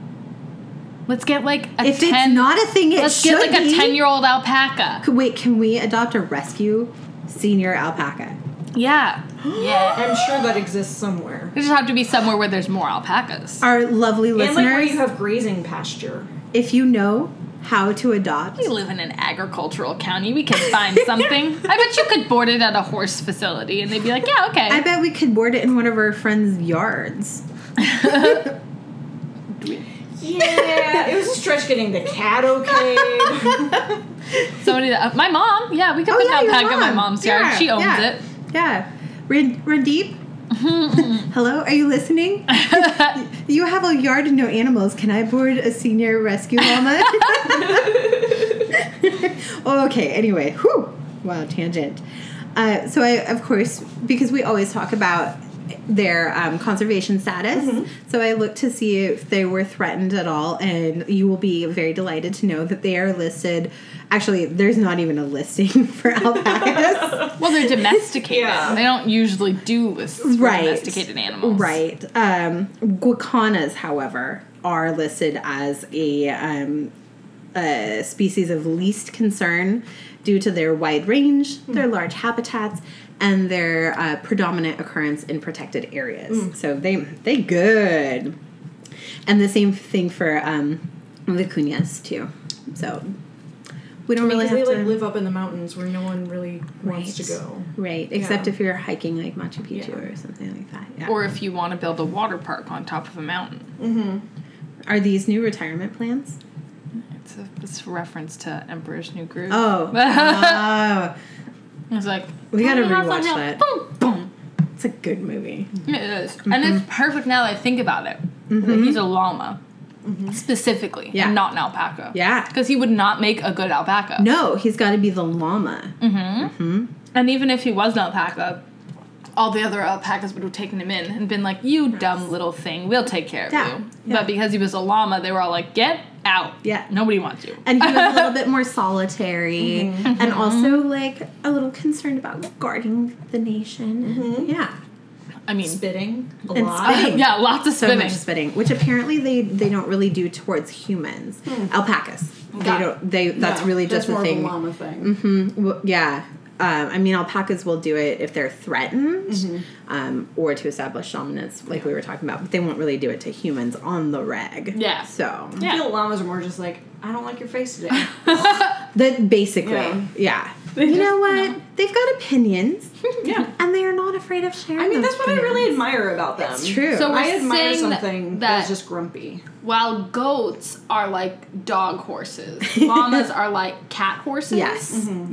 [SPEAKER 4] Let's get like a
[SPEAKER 2] if
[SPEAKER 4] ten.
[SPEAKER 2] it's not a thing, it
[SPEAKER 4] let's
[SPEAKER 2] should
[SPEAKER 4] get like
[SPEAKER 2] be.
[SPEAKER 4] a ten-year-old alpaca.
[SPEAKER 2] C- Wait, can we adopt a rescue senior alpaca?
[SPEAKER 4] Yeah, yeah.
[SPEAKER 3] I'm sure that exists somewhere.
[SPEAKER 4] We just have to be somewhere where there's more alpacas.
[SPEAKER 2] Our lovely
[SPEAKER 3] And like where
[SPEAKER 2] listeners,
[SPEAKER 3] you have grazing pasture.
[SPEAKER 2] if you know how to adopt,
[SPEAKER 4] We live in an agricultural county. We can find something. I bet you could board it at a horse facility, and they'd be like, "Yeah, okay."
[SPEAKER 2] I bet we could board it in one of our friends' yards.
[SPEAKER 3] Yeah, it was a stretch getting the cat okay.
[SPEAKER 4] Somebody that uh, my mom. Yeah, we could
[SPEAKER 2] Oh,
[SPEAKER 4] put
[SPEAKER 2] yeah,
[SPEAKER 4] an
[SPEAKER 2] your
[SPEAKER 4] alpaca in my
[SPEAKER 2] mom.
[SPEAKER 4] mom's yard.
[SPEAKER 2] Yeah,
[SPEAKER 4] she owns
[SPEAKER 2] yeah.
[SPEAKER 4] it.
[SPEAKER 2] Yeah, Ran- Randeep. Hello, are you listening? you have a yard and no animals. Can I board a senior rescue llama? okay. Anyway, whew, wow, tangent. Uh, so I, of course, because we always talk about their um, conservation status, so I looked to see if they were threatened at all, and you will be very delighted to know that they are listed. Actually, there's not even a listing for alpacas.
[SPEAKER 4] Well, they're domesticated.
[SPEAKER 3] Yeah.
[SPEAKER 4] They don't usually do lists for
[SPEAKER 2] Right.
[SPEAKER 4] domesticated animals.
[SPEAKER 2] Right. Um, guacanas, however, are listed as a, um, a species of least concern due to their wide range,
[SPEAKER 3] Hmm.
[SPEAKER 2] their large habitats, and their uh, predominant occurrence in protected areas.
[SPEAKER 3] Hmm.
[SPEAKER 2] So they they good. And the same thing for um, the cunas too. So we don't really
[SPEAKER 3] Because
[SPEAKER 2] have
[SPEAKER 3] they
[SPEAKER 2] to
[SPEAKER 3] like live up in the mountains where no one really wants to
[SPEAKER 2] Right.
[SPEAKER 3] go.
[SPEAKER 2] right, except
[SPEAKER 3] Yeah.
[SPEAKER 2] if you're hiking like Machu Picchu
[SPEAKER 3] Yeah.
[SPEAKER 2] or something like that. Yeah.
[SPEAKER 4] Or if you want to build a water park on top of a mountain.
[SPEAKER 2] are these new retirement plans?
[SPEAKER 4] It's a, it's a reference to Emperor's New Groove.
[SPEAKER 2] Oh. Oh.
[SPEAKER 4] It's like
[SPEAKER 2] We gotta
[SPEAKER 4] "Tiny house on
[SPEAKER 2] rewatch
[SPEAKER 4] hill."
[SPEAKER 2] that. Mm-hmm.
[SPEAKER 4] Boom, boom.
[SPEAKER 2] It's a good movie.
[SPEAKER 4] It is. and it's
[SPEAKER 2] Mm-hmm.
[SPEAKER 4] perfect now that I think about it. That he's a llama, specifically,
[SPEAKER 2] Mm-hmm. Yeah.
[SPEAKER 4] and not an alpaca.
[SPEAKER 2] Yeah.
[SPEAKER 4] because he would not make a good alpaca.
[SPEAKER 2] No, he's got to be the llama.
[SPEAKER 4] And even if he was an alpaca, all the other alpacas would have taken him in and been like, "You dumb little thing, we'll take care of
[SPEAKER 2] Yeah.
[SPEAKER 4] you."
[SPEAKER 2] Yeah.
[SPEAKER 4] But because he was a llama, they were all like, "Get out!
[SPEAKER 2] Yeah.
[SPEAKER 4] nobody wants you."
[SPEAKER 2] And he was a little bit more solitary and also like a little concerned about guarding the nation. And, yeah.
[SPEAKER 4] I mean,
[SPEAKER 3] Spitting a
[SPEAKER 2] And
[SPEAKER 3] lot.
[SPEAKER 2] spitting.
[SPEAKER 4] yeah, lots of
[SPEAKER 2] So
[SPEAKER 4] spinning.
[SPEAKER 2] much spitting, which apparently they, they don't really do towards humans. Alpacas. They
[SPEAKER 4] Got it.
[SPEAKER 2] don't they that's really just
[SPEAKER 5] more
[SPEAKER 2] a thing.
[SPEAKER 5] Of a llama thing.
[SPEAKER 2] Well, yeah. Um, I mean, alpacas will do it if they're threatened
[SPEAKER 3] Mm-hmm.
[SPEAKER 2] um, or to establish dominance, like we were talking about, but they won't really do it to humans on the reg.
[SPEAKER 4] Yeah.
[SPEAKER 2] So,
[SPEAKER 3] I
[SPEAKER 4] Yeah.
[SPEAKER 3] feel llamas are more just like, I don't like your face today.
[SPEAKER 2] that basically, yeah.
[SPEAKER 3] Yeah.
[SPEAKER 2] You know what? They've got opinions
[SPEAKER 3] yeah.
[SPEAKER 2] and they are not afraid of sharing
[SPEAKER 3] I mean,
[SPEAKER 2] those
[SPEAKER 3] that's what I really admire about them.
[SPEAKER 2] opinions. It's true.
[SPEAKER 4] So-
[SPEAKER 3] I
[SPEAKER 4] We're
[SPEAKER 3] admire
[SPEAKER 4] saying
[SPEAKER 3] something
[SPEAKER 4] that-
[SPEAKER 3] that's just grumpy.
[SPEAKER 4] While goats are like dog horses, llamas are like cat horses. Mm-hmm.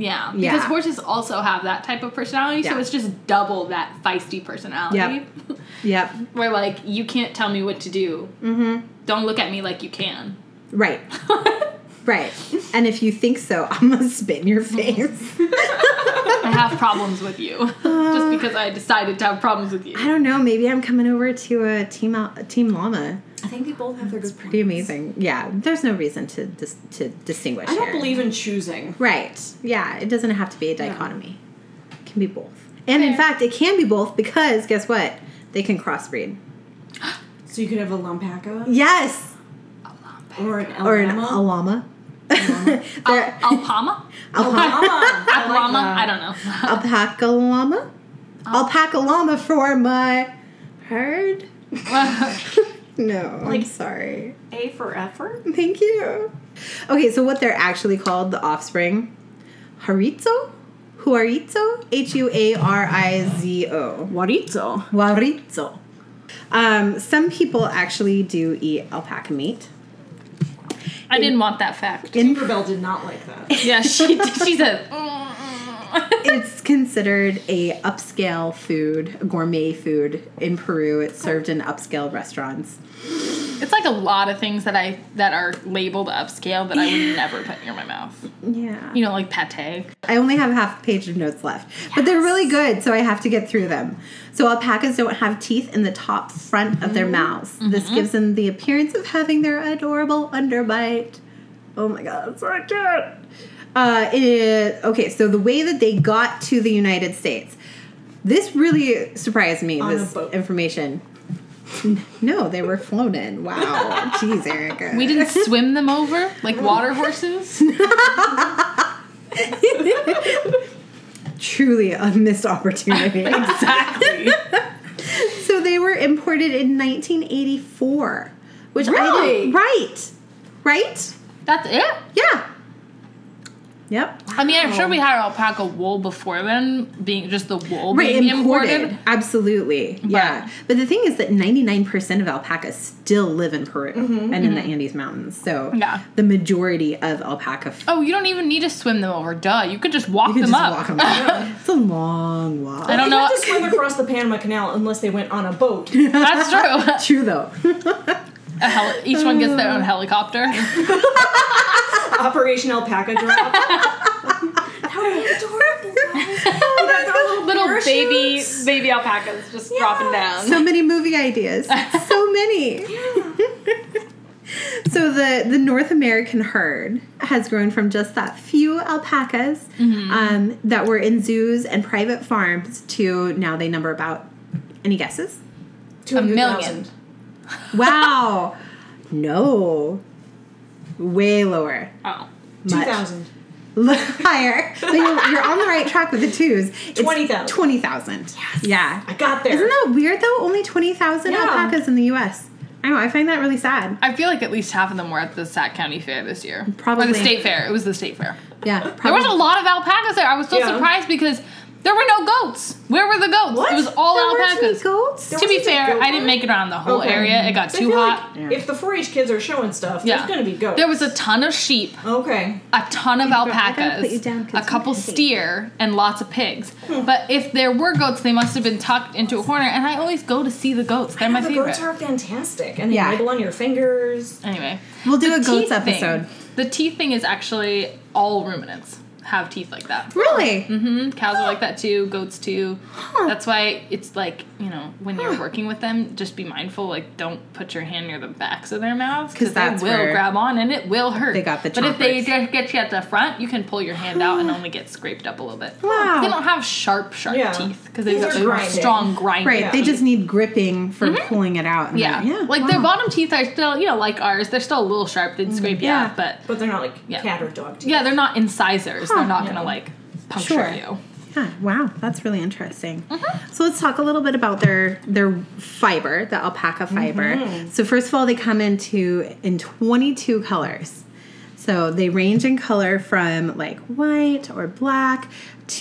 [SPEAKER 2] Yes.
[SPEAKER 4] Yeah. Because
[SPEAKER 2] Yeah.
[SPEAKER 4] horses also have that type of personality, so
[SPEAKER 2] Yeah.
[SPEAKER 4] it's just double that feisty personality.
[SPEAKER 2] yep.
[SPEAKER 4] Where like you can't tell me what to do. Mm-hmm. Don't look at me like you can.
[SPEAKER 2] Right. right. And if you think so, I'm going to spit in your face.
[SPEAKER 4] I have problems with you. just because I decided to have problems with you.
[SPEAKER 2] I don't know. Maybe I'm coming over to a team, al- a team llama.
[SPEAKER 3] I think they both have their good
[SPEAKER 2] Pretty amazing. Yeah. There's no reason to dis- to distinguish.
[SPEAKER 3] I don't
[SPEAKER 2] here.
[SPEAKER 3] believe in choosing.
[SPEAKER 2] Right. Yeah, it doesn't have to be a dichotomy. It can be both. And in fact, it can be both because guess what? They can crossbreed.
[SPEAKER 3] So you could have a lumpaca
[SPEAKER 2] Yes,
[SPEAKER 3] or an
[SPEAKER 2] or an a
[SPEAKER 3] llama.
[SPEAKER 2] llama.
[SPEAKER 4] Al-
[SPEAKER 2] They're-
[SPEAKER 4] Alpama?
[SPEAKER 3] llama.
[SPEAKER 2] alpa-
[SPEAKER 4] Al- llama? I don't know.
[SPEAKER 2] alpaca llama. Alpaca llama for my herd. No, I'm sorry.
[SPEAKER 3] A for effort.
[SPEAKER 2] Thank you. Okay, so what they're actually called, the offspring, Harizo, Huarizo, H U A R I Z O.
[SPEAKER 5] Guarizo.
[SPEAKER 2] Guarizo. Um, some people actually do eat alpaca meat.
[SPEAKER 4] I didn't want that fact.
[SPEAKER 3] Tinkerbell did not like that.
[SPEAKER 4] Yeah, she did. She said, "Mm."
[SPEAKER 2] It's considered a upscale food, gourmet food in Peru. It's served in upscale restaurants.
[SPEAKER 4] It's like a lot of things that I that are labeled upscale that I would never put near my mouth.
[SPEAKER 2] Yeah.
[SPEAKER 4] You know, like pate.
[SPEAKER 2] I only have half a page of notes left, but they're really good, so I have to get through them. So alpacas don't have teeth in the top front of their
[SPEAKER 3] Mm-hmm.
[SPEAKER 2] mouths. This gives them the appearance of having their adorable underbite. Oh my god, it's so cute. Uh, it, okay, so the way that they got to the United States, this really surprised me.
[SPEAKER 3] On a
[SPEAKER 2] this
[SPEAKER 3] boat.
[SPEAKER 2] information. No, they were flown in. Wow, jeez, Erica.
[SPEAKER 4] We didn't swim them over like water horses.
[SPEAKER 2] truly a missed opportunity.
[SPEAKER 4] exactly.
[SPEAKER 2] So they were imported in 1984, which I
[SPEAKER 4] Really?
[SPEAKER 2] didn't, right, right,
[SPEAKER 4] That's it.
[SPEAKER 2] yeah, yep,
[SPEAKER 4] I mean, I'm sure we had alpaca wool before then, being just the wool
[SPEAKER 2] right,
[SPEAKER 4] being
[SPEAKER 2] imported,
[SPEAKER 4] imported.
[SPEAKER 2] absolutely, yeah. But the thing is that 99 percent of alpacas still live in Peru and in the Andes Mountains, so
[SPEAKER 4] Mm-hmm, Yeah.
[SPEAKER 2] the majority of alpaca. F-
[SPEAKER 4] Oh, you don't even need to swim them over. Duh, you could just walk
[SPEAKER 2] you can
[SPEAKER 4] Oh, them
[SPEAKER 2] just
[SPEAKER 4] up.
[SPEAKER 2] walk them up. it's a long walk.
[SPEAKER 4] I don't
[SPEAKER 3] They
[SPEAKER 4] know.
[SPEAKER 3] have to swim across the Panama Canal unless they went on a boat.
[SPEAKER 4] That's true.
[SPEAKER 2] True though.
[SPEAKER 4] A heli- each one gets their own helicopter.
[SPEAKER 3] Operation Alpaca Drop.
[SPEAKER 4] Oh, Little baby baby alpacas just dropping down.
[SPEAKER 2] so many movie ideas. So many. so the the North American herd has grown from just that few alpacas
[SPEAKER 4] Mm-hmm.
[SPEAKER 2] um, that were in zoos and private farms to now they number about any guesses?
[SPEAKER 4] a million.
[SPEAKER 3] 200,000.
[SPEAKER 2] Wow. no. Way lower.
[SPEAKER 4] Oh.
[SPEAKER 2] Much
[SPEAKER 3] 2,000.
[SPEAKER 2] l- higher. So you're, you're on the right track with the twos. It's
[SPEAKER 3] 20,000.
[SPEAKER 2] 20,000. Yeah.
[SPEAKER 3] I got there.
[SPEAKER 2] Isn't that weird though? Only 20,000
[SPEAKER 3] Yeah.
[SPEAKER 2] alpacas in the US. I know, I find that really sad.
[SPEAKER 4] I feel like at least half of them were at the Sac County Fair this year. Or
[SPEAKER 2] Probably.
[SPEAKER 4] the state fair. It was the state fair.
[SPEAKER 2] Yeah,
[SPEAKER 4] There
[SPEAKER 2] probably.
[SPEAKER 4] was a lot of alpacas there. I was so
[SPEAKER 3] Yeah.
[SPEAKER 4] surprised because there were no goats. Where were the goats?
[SPEAKER 3] What?
[SPEAKER 4] It was all
[SPEAKER 2] Oh, There weren't any
[SPEAKER 4] alpacas.
[SPEAKER 2] goats?
[SPEAKER 4] To be
[SPEAKER 3] wasn't a
[SPEAKER 4] fair,
[SPEAKER 3] goat
[SPEAKER 4] I didn't
[SPEAKER 3] farm?
[SPEAKER 4] make it around the whole
[SPEAKER 3] Okay.
[SPEAKER 4] area. It
[SPEAKER 3] I
[SPEAKER 4] got too
[SPEAKER 3] feel
[SPEAKER 4] hot.
[SPEAKER 3] like If the 4-H kids are showing stuff,
[SPEAKER 4] yeah.
[SPEAKER 3] there's going to be goats.
[SPEAKER 4] There was a ton of sheep,
[SPEAKER 3] Okay.
[SPEAKER 4] a ton of
[SPEAKER 2] I gotta put you
[SPEAKER 4] alpacas,
[SPEAKER 2] down 'cause
[SPEAKER 4] a couple
[SPEAKER 2] I hate-
[SPEAKER 4] steer, and lots of pigs. But if there were goats, they must have been tucked into a corner. And I always go to see the goats. They're my
[SPEAKER 3] the
[SPEAKER 4] favorite.
[SPEAKER 3] goats are fantastic, and they
[SPEAKER 2] Yeah.
[SPEAKER 3] nibble on your fingers.
[SPEAKER 4] anyway,
[SPEAKER 2] We'll do a goats
[SPEAKER 4] teeth thing-
[SPEAKER 2] episode.
[SPEAKER 4] the teeth thing is actually all ruminants have teeth like that.
[SPEAKER 2] Really? Mm-hmm.
[SPEAKER 4] hmm Cows are like that too. Goats too. That's why it's like you know when you're working with them, just be mindful. Like don't put your hand near the backs of their mouths
[SPEAKER 2] 'Cause
[SPEAKER 4] because they
[SPEAKER 2] that's
[SPEAKER 4] will
[SPEAKER 2] where
[SPEAKER 4] grab on and it will hurt.
[SPEAKER 2] they got the
[SPEAKER 4] But if they
[SPEAKER 2] chompers.
[SPEAKER 4] just get you at the front, you can pull your hand out and only get scraped up a little bit.
[SPEAKER 2] Wow.
[SPEAKER 4] They don't have sharp, sharp
[SPEAKER 3] Yeah.
[SPEAKER 4] teeth because they've
[SPEAKER 3] These
[SPEAKER 4] got
[SPEAKER 3] are
[SPEAKER 4] those
[SPEAKER 3] grinding.
[SPEAKER 4] strong grinding.
[SPEAKER 2] Right, they
[SPEAKER 4] teeth.
[SPEAKER 2] just need gripping for pulling it out. and
[SPEAKER 4] yeah,
[SPEAKER 2] then- Mm-hmm. yeah.
[SPEAKER 4] Like their bottom teeth are still you know like ours. They're still a little sharp. They'd scrape you
[SPEAKER 2] Mm, Yeah.
[SPEAKER 4] up, but
[SPEAKER 3] But they're not like
[SPEAKER 4] Yeah.
[SPEAKER 3] cat or dog teeth.
[SPEAKER 4] yeah, they're not incisors. They're not
[SPEAKER 3] Yeah.
[SPEAKER 4] gonna like puncture
[SPEAKER 2] Sure. Mm-hmm.
[SPEAKER 4] you.
[SPEAKER 2] Yeah, wow, that's really interesting. So let's talk a little bit about their their fiber, the alpaca fiber. So first of all, they come into in 22 colors. So they range in color from like white or black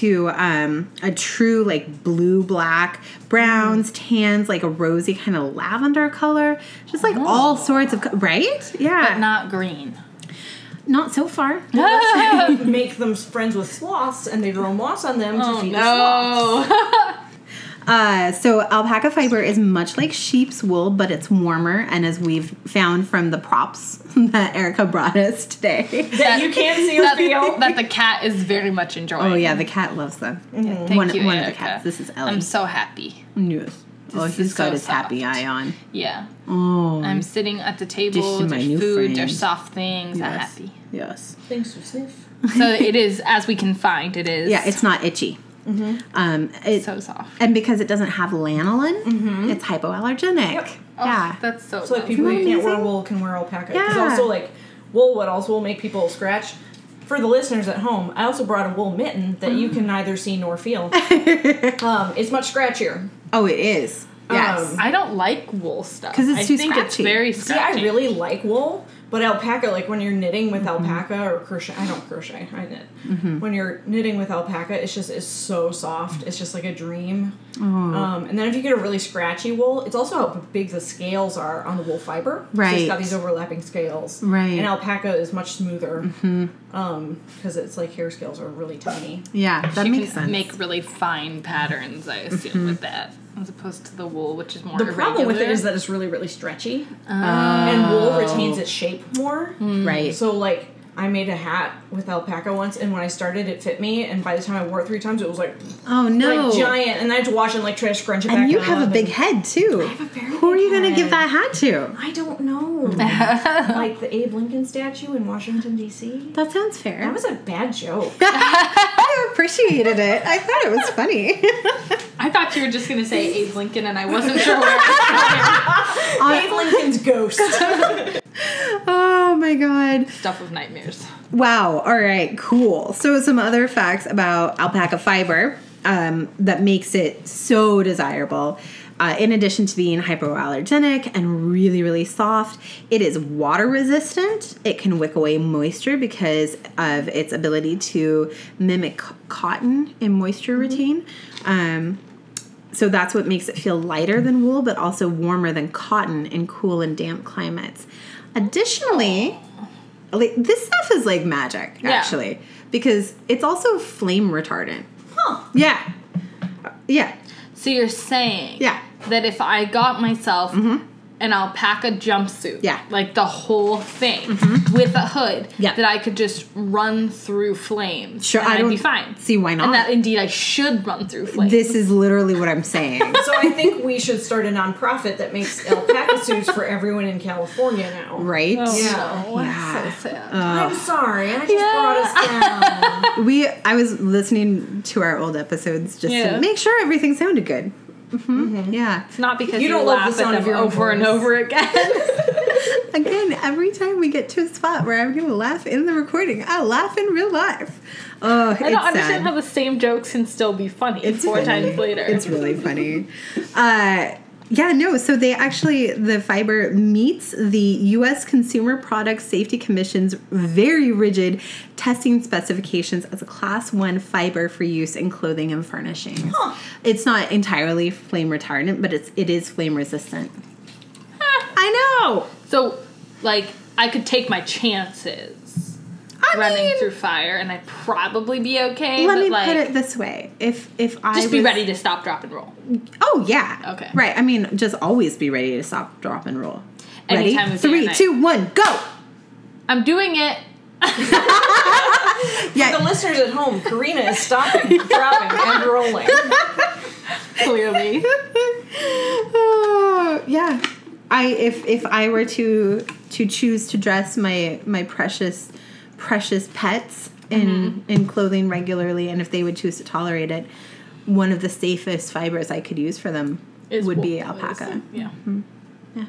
[SPEAKER 2] to um, a true like blue black, browns, tans, like a rosy kind of lavender color, just like all sorts of co- right? Yeah,
[SPEAKER 4] But not green.
[SPEAKER 2] not so far.
[SPEAKER 3] You make them friends with sloths, and they grow moss on them
[SPEAKER 4] Oh,
[SPEAKER 3] to feed the sloths.
[SPEAKER 2] Uh, so alpaca fiber is much like sheep's wool, but it's warmer, and as we've found from the props that Erica brought us today.
[SPEAKER 3] That you can't see or
[SPEAKER 4] that,
[SPEAKER 3] feel.
[SPEAKER 4] that the cat is very much enjoying.
[SPEAKER 2] Oh yeah, the cat loves them.
[SPEAKER 4] Thank
[SPEAKER 2] one
[SPEAKER 4] you,
[SPEAKER 2] one of
[SPEAKER 4] Erica.
[SPEAKER 2] the cats. This is Ellie.
[SPEAKER 4] I'm so happy.
[SPEAKER 2] Yes. Oh,
[SPEAKER 4] This
[SPEAKER 2] he's
[SPEAKER 4] is
[SPEAKER 2] got
[SPEAKER 4] so
[SPEAKER 2] his happy
[SPEAKER 4] soft.
[SPEAKER 2] eye on.
[SPEAKER 4] Yeah.
[SPEAKER 2] Oh,
[SPEAKER 4] I'm sitting at the
[SPEAKER 2] This
[SPEAKER 4] table.
[SPEAKER 2] is my
[SPEAKER 4] There's
[SPEAKER 2] new
[SPEAKER 4] food.
[SPEAKER 2] friend.
[SPEAKER 4] There's soft things. I'm
[SPEAKER 2] yes.
[SPEAKER 4] happy.
[SPEAKER 2] Yes.
[SPEAKER 3] Things to sniff.
[SPEAKER 4] So it is, as we can find, it is.
[SPEAKER 2] Yeah, it's not itchy. Um, it,
[SPEAKER 4] Mm-hmm. so soft. Mm-hmm.
[SPEAKER 2] and because it doesn't have lanolin, it's hypoallergenic.
[SPEAKER 3] Yep.
[SPEAKER 4] Oh,
[SPEAKER 2] Yeah.
[SPEAKER 4] That's so.
[SPEAKER 3] So like
[SPEAKER 4] lovely.
[SPEAKER 3] people who
[SPEAKER 2] Isn't that
[SPEAKER 3] can't wear
[SPEAKER 2] amazing?
[SPEAKER 3] wool can wear alpaca. Because
[SPEAKER 2] Yeah.
[SPEAKER 3] also like wool would also make people scratch. For the listeners at home, I also brought a wool mitten that you can neither see nor feel. um, it's much scratchier.
[SPEAKER 2] oh, it is. Yes.
[SPEAKER 3] Um,
[SPEAKER 4] I don't like wool stuff
[SPEAKER 2] 'Cause it's
[SPEAKER 4] I
[SPEAKER 2] too
[SPEAKER 4] think it's
[SPEAKER 2] scratchy.
[SPEAKER 4] very
[SPEAKER 3] See, I
[SPEAKER 4] scratchy.
[SPEAKER 3] really like wool, but alpaca, like when you're knitting with
[SPEAKER 2] Mm-hmm.
[SPEAKER 3] alpaca or crochet, I don't crochet, I knit. When you're knitting with alpaca, it's just it's so soft. It's just like a dream.
[SPEAKER 2] Oh.
[SPEAKER 3] Um, and then if you get a really scratchy wool, it's also how big the scales are on the wool fiber. So
[SPEAKER 2] Right.
[SPEAKER 3] it's got these overlapping scales.
[SPEAKER 2] Right. Mm-hmm.
[SPEAKER 3] And alpaca is much smoother because it's like hair scales are really tiny.
[SPEAKER 2] yeah, that
[SPEAKER 4] you
[SPEAKER 2] makes
[SPEAKER 4] can
[SPEAKER 2] sense. Mm-hmm.
[SPEAKER 4] make really fine patterns. I assume with that. as opposed to the wool, which is more.
[SPEAKER 3] The problem with it
[SPEAKER 4] irregular.
[SPEAKER 3] is that it's really, really stretchy,
[SPEAKER 2] Oh.
[SPEAKER 3] and wool retains its shape more.
[SPEAKER 2] Right.
[SPEAKER 3] So like I made a hat with alpaca once, and when I started, it fit me. And by the time I wore it three times, it was like
[SPEAKER 2] oh no.
[SPEAKER 3] like giant, and I had to wash it and like try to scrunch it back.
[SPEAKER 2] and you
[SPEAKER 3] up
[SPEAKER 2] have a
[SPEAKER 3] and-
[SPEAKER 2] big head too.
[SPEAKER 3] very
[SPEAKER 2] Who are
[SPEAKER 3] big
[SPEAKER 2] you gonna give
[SPEAKER 3] head.
[SPEAKER 2] that hat to?
[SPEAKER 3] I don't know, like the Abe Lincoln statue in Washington D.C.
[SPEAKER 2] That sounds fair.
[SPEAKER 3] That was a bad joke.
[SPEAKER 2] I appreciated it. I thought it was funny.
[SPEAKER 4] I thought you were just gonna say Abe Lincoln, and I wasn't sure where. it
[SPEAKER 3] Abe Lincoln's ghost.
[SPEAKER 2] oh my god.
[SPEAKER 4] was. Stuff of nightmares.
[SPEAKER 2] Wow. All right. Cool. So, some other facts about alpaca fiber um, that makes it so desirable. Uh, in addition to being hypoallergenic and really, really soft, it is water resistant. It can wick away moisture because of its ability to mimic c- cotton in moisture retain. Um, so that's what makes it feel lighter than wool, but also warmer than cotton in cool and damp climates. Additionally, like, this stuff is like magic,
[SPEAKER 4] Yeah.
[SPEAKER 2] actually, because it's also flame retardant.
[SPEAKER 3] Huh.
[SPEAKER 2] Yeah. Yeah.
[SPEAKER 4] So you're saying,
[SPEAKER 2] Yeah. Mm-hmm.
[SPEAKER 4] that if I got myself an alpaca jumpsuit,
[SPEAKER 2] Yeah. Mm-hmm.
[SPEAKER 4] like the whole thing with a hood,
[SPEAKER 2] Yeah.
[SPEAKER 4] that I could just run through flames,
[SPEAKER 2] Sure,
[SPEAKER 4] and
[SPEAKER 2] I
[SPEAKER 4] I'd be
[SPEAKER 2] don't
[SPEAKER 4] fine.
[SPEAKER 2] see why not.
[SPEAKER 4] and that indeed I should run through flames.
[SPEAKER 2] This is literally what I'm saying.
[SPEAKER 3] So I think we should start a nonprofit that makes alpaca suits for everyone in California now.
[SPEAKER 2] right?
[SPEAKER 3] Yeah.
[SPEAKER 4] Oh, that's
[SPEAKER 2] Yeah. Uh,
[SPEAKER 4] so sad.
[SPEAKER 3] I'm sorry. I just brought us down.
[SPEAKER 2] We I was listening to our old episodes just
[SPEAKER 4] Yeah. Mm-hmm.
[SPEAKER 2] to make sure everything sounded good. hmm Yeah.
[SPEAKER 4] it's not because
[SPEAKER 3] You
[SPEAKER 4] you,
[SPEAKER 3] don't love the
[SPEAKER 4] laugh
[SPEAKER 3] sound
[SPEAKER 4] at
[SPEAKER 3] of
[SPEAKER 4] them
[SPEAKER 3] your own
[SPEAKER 4] over and
[SPEAKER 3] voice.
[SPEAKER 4] over again.
[SPEAKER 2] Again, every time we get to a spot where I'm going to laugh in the recording, I laugh in real life. Oh,
[SPEAKER 4] I
[SPEAKER 2] it's
[SPEAKER 4] don't
[SPEAKER 2] sad.
[SPEAKER 4] understand how the same jokes can still be funny four
[SPEAKER 2] funny.
[SPEAKER 4] times later.
[SPEAKER 2] It's really funny. Uh, yeah, no, so they actually, the fiber meets the U.S. Consumer Product Safety Commission's very rigid testing specifications as a class one fiber for use in clothing and furnishings. It's not entirely flame retardant, but it's, it is flame resistant. I know.
[SPEAKER 4] so, like, I could take my chances
[SPEAKER 2] I
[SPEAKER 4] running
[SPEAKER 2] mean,
[SPEAKER 4] through fire, and I'd probably be okay.
[SPEAKER 2] let
[SPEAKER 4] but
[SPEAKER 2] me
[SPEAKER 4] like,
[SPEAKER 2] put it this way. If, if I
[SPEAKER 4] just be
[SPEAKER 2] was-
[SPEAKER 4] ready to stop, drop, and roll.
[SPEAKER 2] Oh yeah.
[SPEAKER 4] Okay.
[SPEAKER 2] Right. I mean, just always be ready to stop, drop, and roll. Ready?
[SPEAKER 4] Anytime of day or
[SPEAKER 2] Three,
[SPEAKER 4] night.
[SPEAKER 2] two, one, go.
[SPEAKER 4] I'm doing it.
[SPEAKER 3] The
[SPEAKER 2] Yeah.
[SPEAKER 3] listeners at home, Karina is stopping, dropping, and rolling.
[SPEAKER 4] Clearly,
[SPEAKER 2] oh, yeah. I if if I were to to choose to dress my my precious precious pets in
[SPEAKER 4] Mm-hmm.
[SPEAKER 2] in clothing regularly, and if they would choose to tolerate it, one of the safest fibers I could use for them
[SPEAKER 4] Is
[SPEAKER 2] would be
[SPEAKER 4] wool,
[SPEAKER 2] alpaca. Mm-hmm.
[SPEAKER 4] obviously. Yeah.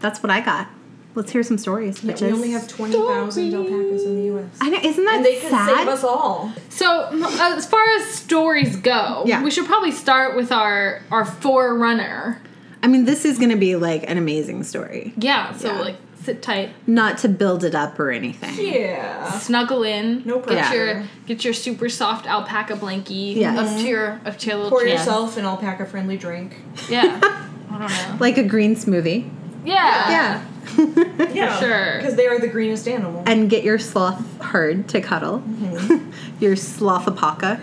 [SPEAKER 2] That's what I got. Let's hear some stories. Bitches.
[SPEAKER 3] We only have 20,000 alpacas in the U.S.
[SPEAKER 2] I know. Isn't that
[SPEAKER 3] And they could
[SPEAKER 2] sad?
[SPEAKER 3] save us all.
[SPEAKER 4] So m- as far as stories go,
[SPEAKER 2] Yeah.
[SPEAKER 4] we should probably start with our our forerunner.
[SPEAKER 2] I mean, this is going to be like an amazing story.
[SPEAKER 4] Yeah. So
[SPEAKER 2] Yeah.
[SPEAKER 4] like, sit tight, uh,
[SPEAKER 2] Not to build it up or anything.
[SPEAKER 3] Yeah.
[SPEAKER 4] snuggle in.
[SPEAKER 3] No
[SPEAKER 4] Get
[SPEAKER 3] pressure.
[SPEAKER 4] your get your super soft alpaca blankie
[SPEAKER 2] Yes.
[SPEAKER 4] up to your up to your little
[SPEAKER 3] Pour
[SPEAKER 4] chin.
[SPEAKER 3] yourself an alpaca friendly drink.
[SPEAKER 4] Yeah. I don't know.
[SPEAKER 2] Like a green smoothie.
[SPEAKER 4] Yeah.
[SPEAKER 2] Yeah.
[SPEAKER 3] Yeah.
[SPEAKER 4] sure.
[SPEAKER 3] Because they are the greenest animal.
[SPEAKER 2] And get your sloth herd to cuddle.
[SPEAKER 3] Mm-hmm.
[SPEAKER 2] your slothapaca.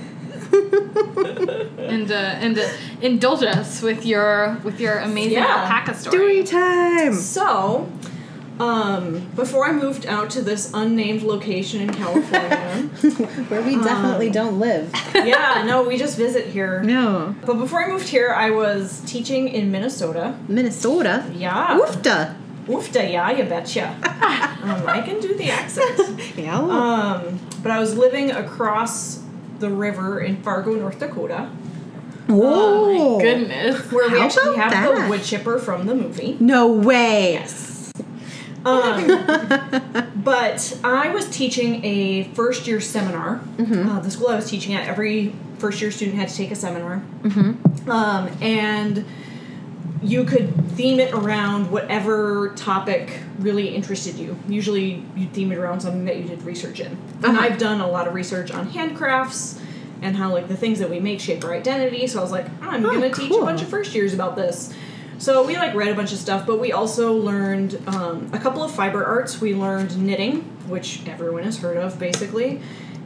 [SPEAKER 4] And uh, and uh, indulge us with your with your amazing
[SPEAKER 3] Yeah.
[SPEAKER 4] alpaca
[SPEAKER 2] Story
[SPEAKER 4] story.
[SPEAKER 2] time.
[SPEAKER 3] So, um, before I moved out to this unnamed location in California,
[SPEAKER 2] Where we definitely don't live.
[SPEAKER 3] yeah, no, we just visit here.
[SPEAKER 2] No.
[SPEAKER 3] But before I moved here, I was teaching in Minnesota.
[SPEAKER 2] Minnesota.
[SPEAKER 3] Yeah.
[SPEAKER 2] Oofta.
[SPEAKER 3] Oofda, yeah, you betcha. um, I can do the accent.
[SPEAKER 2] Yeah.
[SPEAKER 3] Um, but I was living across the river in Fargo, North Dakota,
[SPEAKER 2] oh.
[SPEAKER 4] Goodness.
[SPEAKER 3] where we
[SPEAKER 2] How
[SPEAKER 3] actually
[SPEAKER 2] about
[SPEAKER 3] have
[SPEAKER 2] that?
[SPEAKER 3] the wood chipper from the movie.
[SPEAKER 2] No way.
[SPEAKER 3] Um, but I was teaching a first year seminar. Uh, the school I was teaching at, every first year student had to take a seminar. Um, and you could theme it around whatever topic really interested you. Usually, you theme it around something that you did research in. And I've done a lot of research on handcrafts and how like the things that we make shape our identity. So I was like, I'm gonna teach a
[SPEAKER 2] cool.
[SPEAKER 3] bunch of first years about this. So we like read a bunch of stuff, but we also learned um, a couple of fiber arts. We learned knitting, which everyone has heard of, basically,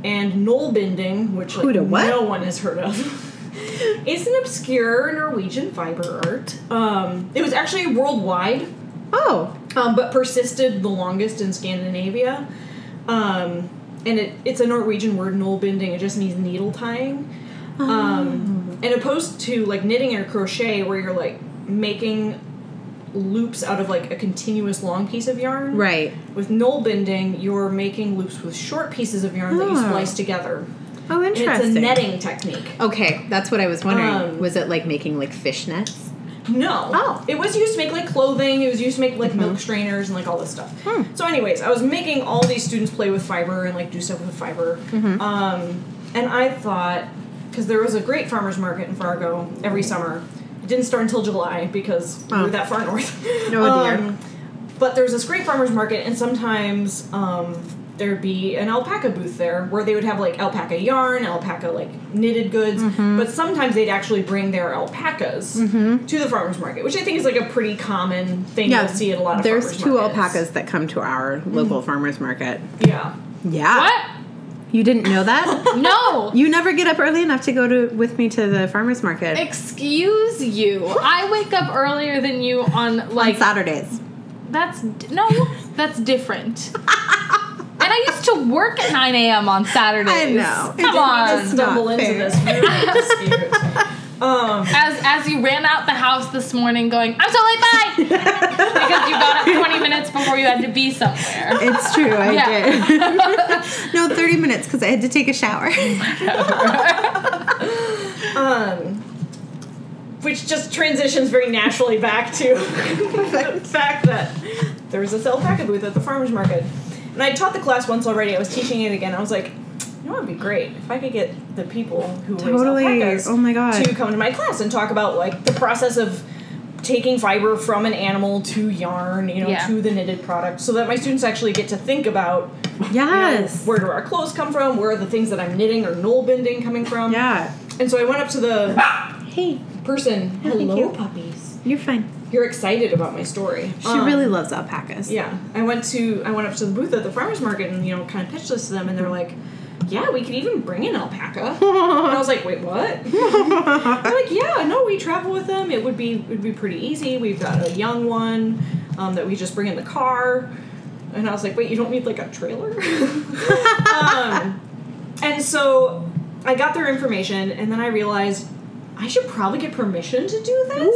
[SPEAKER 3] and knoll bending, which like
[SPEAKER 2] Who'da what?
[SPEAKER 3] no one has heard of. It's an obscure Norwegian fiber art. Um, it was actually worldwide,
[SPEAKER 2] Oh,
[SPEAKER 3] um, but persisted the longest in Scandinavia. Um, and it, it's a Norwegian word, bending. It just means needle tying.
[SPEAKER 2] Oh.
[SPEAKER 3] Um, And opposed to like knitting or crochet, where you're like making loops out of like a continuous long piece of yarn.
[SPEAKER 2] right.
[SPEAKER 3] With knoll bending, you're making loops with short pieces of yarn that you
[SPEAKER 2] Oh.
[SPEAKER 3] splice together.
[SPEAKER 2] Oh,
[SPEAKER 3] And it's a
[SPEAKER 2] interesting.
[SPEAKER 3] netting technique.
[SPEAKER 2] Okay, that's what I was wondering.
[SPEAKER 3] Um,
[SPEAKER 2] was it like making like fishnets?
[SPEAKER 3] No.
[SPEAKER 2] Oh. Hmm.
[SPEAKER 3] It was used to make like clothing. It was used to make like milk strainers and like all this stuff. So, anyways, I was making all these students play with fiber and like do stuff with fiber.
[SPEAKER 2] Mm-hmm.
[SPEAKER 3] Um, and I thought, because there was a great farmers market in Fargo every summer. It didn't start until July because we
[SPEAKER 2] Oh.
[SPEAKER 3] were that far north. Um,
[SPEAKER 2] Oh, dear.
[SPEAKER 3] but there's this great farmers market, and sometimes um, there'd be an alpaca booth there where they would have like alpaca yarn, alpaca like knitted goods,
[SPEAKER 2] Mm-hmm.
[SPEAKER 3] but sometimes they'd actually bring their alpacas to the farmers market, which I think is like a pretty common thing you'll see at a lot of
[SPEAKER 2] There's
[SPEAKER 3] farmers
[SPEAKER 2] two
[SPEAKER 3] markets.
[SPEAKER 2] alpacas that come to our local farmers market.
[SPEAKER 3] Yeah.
[SPEAKER 2] Yeah.
[SPEAKER 4] What?
[SPEAKER 2] You didn't know that?
[SPEAKER 4] No.
[SPEAKER 2] you never get up early enough to go to with me to the farmers market
[SPEAKER 4] Excuse you. I wake up earlier than you on
[SPEAKER 2] on
[SPEAKER 4] like
[SPEAKER 2] Saturdays.
[SPEAKER 4] that's d- no, that's different. and I used to work at 9 a.m. on Saturdays.
[SPEAKER 2] I know.
[SPEAKER 4] Come
[SPEAKER 3] Just
[SPEAKER 4] on.
[SPEAKER 3] stumble
[SPEAKER 2] not
[SPEAKER 3] into
[SPEAKER 2] fair.
[SPEAKER 3] this weird dispute. Um,
[SPEAKER 4] As as you ran out the house this morning, going, I'm so late. Bye. because you got up 20 minutes before you had to be somewhere.
[SPEAKER 2] It's true. I
[SPEAKER 4] Yeah.
[SPEAKER 2] did. no, 30 minutes because I had to take a shower.
[SPEAKER 3] um, which just transitions very naturally back to the fact that there was this alpaca booth at the farmers market, and I taught the class once already. I was teaching it again. I was like, you know, it'd be great if I could get the people who
[SPEAKER 2] Totally.
[SPEAKER 3] raise alpacas
[SPEAKER 2] Oh my God.
[SPEAKER 3] to come to my class and talk about like the process of taking fiber from an animal to yarn, you know,
[SPEAKER 4] Yeah.
[SPEAKER 3] to the knitted product, so that my students actually get to think about you know,
[SPEAKER 2] yes.
[SPEAKER 3] where do our clothes come from? Where are the things that I'm knitting or knoll bending coming from?
[SPEAKER 2] Yeah.
[SPEAKER 3] And so I went up to the
[SPEAKER 2] Hey,
[SPEAKER 3] person.
[SPEAKER 2] thank you.
[SPEAKER 3] puppies.
[SPEAKER 2] you're fine.
[SPEAKER 3] You're excited about my story.
[SPEAKER 2] She really loves alpacas.
[SPEAKER 3] Uh. Yeah, I went to I went up to the booth at the farmers market and you know kind of pitched this to them, and they're like, "Yeah, we could even bring an alpaca." and I was like, "Wait, what?" They're like, "Yeah, no, we travel with them. It would be it would be pretty easy. We've got a young one um, that we just bring in the car." And I was like, "Wait, you don't need like a trailer?" um, and so I got their information, and then I realized I should probably get permission to do this.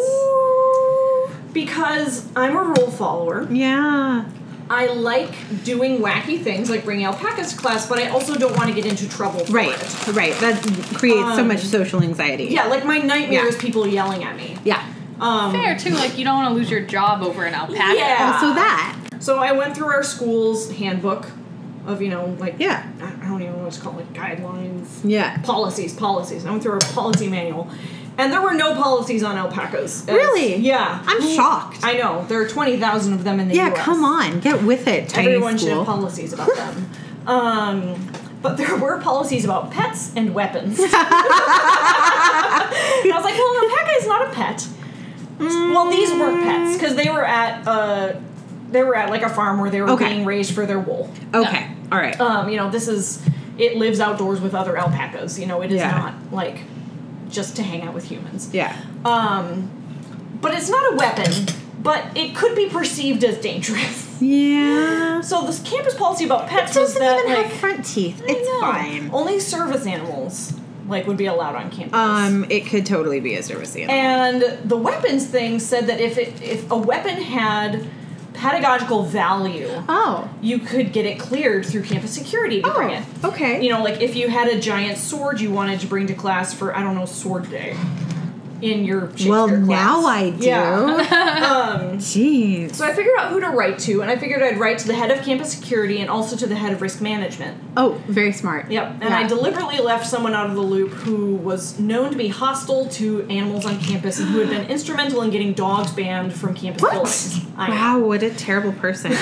[SPEAKER 3] Because I'm a rule follower.
[SPEAKER 2] Yeah.
[SPEAKER 3] I like doing wacky things like bringing alpacas to class, but I also don't want to get into trouble for it.
[SPEAKER 2] Right. Right. That creates so
[SPEAKER 3] Um,
[SPEAKER 2] much social anxiety.
[SPEAKER 3] Yeah, like my nightmare
[SPEAKER 2] Yeah.
[SPEAKER 3] is people yelling at me.
[SPEAKER 2] Yeah.
[SPEAKER 3] Um,
[SPEAKER 4] Fair too, like you don't want to lose your job over an alpaca.
[SPEAKER 3] Yeah.
[SPEAKER 2] Also that.
[SPEAKER 3] So I went through our school's handbook of, you know, like,
[SPEAKER 2] Yeah.
[SPEAKER 3] I I don't even know what to call it, guidelines,
[SPEAKER 2] Yeah.
[SPEAKER 3] policies, policies. I went through our policy manual, and there were no policies on alpacas. It's-
[SPEAKER 2] Really?
[SPEAKER 3] Yeah.
[SPEAKER 2] I'm shocked.
[SPEAKER 3] I know. There are 20,000 of them in the
[SPEAKER 2] Yeah,
[SPEAKER 3] US.
[SPEAKER 2] come on, get with it, tiny
[SPEAKER 3] Everyone should
[SPEAKER 2] school.
[SPEAKER 3] have policies about them. um, but there were policies about pets and weapons. and I was like, well, an alpaca is not a pet. Well, these were
[SPEAKER 2] Mm.
[SPEAKER 3] pets because they were at uh, they were at like a farm where they were
[SPEAKER 2] Okay.
[SPEAKER 3] being raised for their wool.
[SPEAKER 2] okay, all right.
[SPEAKER 3] Um, you know, this is it lives outdoors with other alpacas. You know, it is
[SPEAKER 2] Yeah.
[SPEAKER 3] not like just to hang out with humans.
[SPEAKER 2] yeah,
[SPEAKER 3] Um, but it's not a weapon, but it could be perceived as dangerous.
[SPEAKER 2] yeah.
[SPEAKER 3] So this campus policy about pets was
[SPEAKER 2] Doesn't
[SPEAKER 3] that
[SPEAKER 2] even
[SPEAKER 3] like,
[SPEAKER 2] have front teeth.
[SPEAKER 3] I
[SPEAKER 2] It's
[SPEAKER 3] know,
[SPEAKER 2] fine.
[SPEAKER 3] Only service animals like would be allowed on campus.
[SPEAKER 2] Um, it could totally be a service animal.
[SPEAKER 3] and the weapons thing said that if it if a weapon had pedagogical value,
[SPEAKER 2] oh,
[SPEAKER 3] you could get it cleared through campus security to bring it.
[SPEAKER 2] okay.
[SPEAKER 3] You know, like if you had a giant sword you wanted to bring to class for I don't know sword day in your Shakespeare
[SPEAKER 2] well,
[SPEAKER 3] class.
[SPEAKER 2] now I do.
[SPEAKER 3] Yeah. Um,
[SPEAKER 2] Jeez.
[SPEAKER 3] so I figured out who to write to, and I figured I'd write to the head of campus security and also to the head of risk management.
[SPEAKER 2] Oh, very smart.
[SPEAKER 3] Yep, and
[SPEAKER 2] Yeah.
[SPEAKER 3] I deliberately left someone out of the loop who was known to be hostile to animals on campus and who had been instrumental in getting dogs banned from campus
[SPEAKER 2] What?
[SPEAKER 3] buildings. I
[SPEAKER 2] Wow, what a terrible person.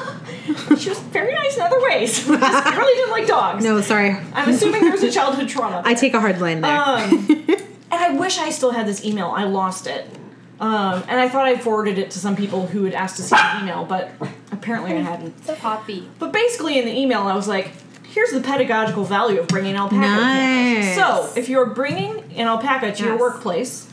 [SPEAKER 3] know. She was very nice in other ways. Just really didn't like dogs.
[SPEAKER 2] no, sorry.
[SPEAKER 3] I'm assuming there was a childhood trauma.
[SPEAKER 2] I take a hard line there.
[SPEAKER 3] Um, and I wish I still had this email. I lost it. Um, and I thought I forwarded it to some people who had asked to see the email, but apparently I hadn't.
[SPEAKER 4] Poppy.
[SPEAKER 3] But basically, in the email, I was like, here's the pedagogical value of bringing alpaca. to campus.
[SPEAKER 2] Nice.
[SPEAKER 3] So, if you're bringing an alpaca to your
[SPEAKER 2] Yes.
[SPEAKER 3] workplace,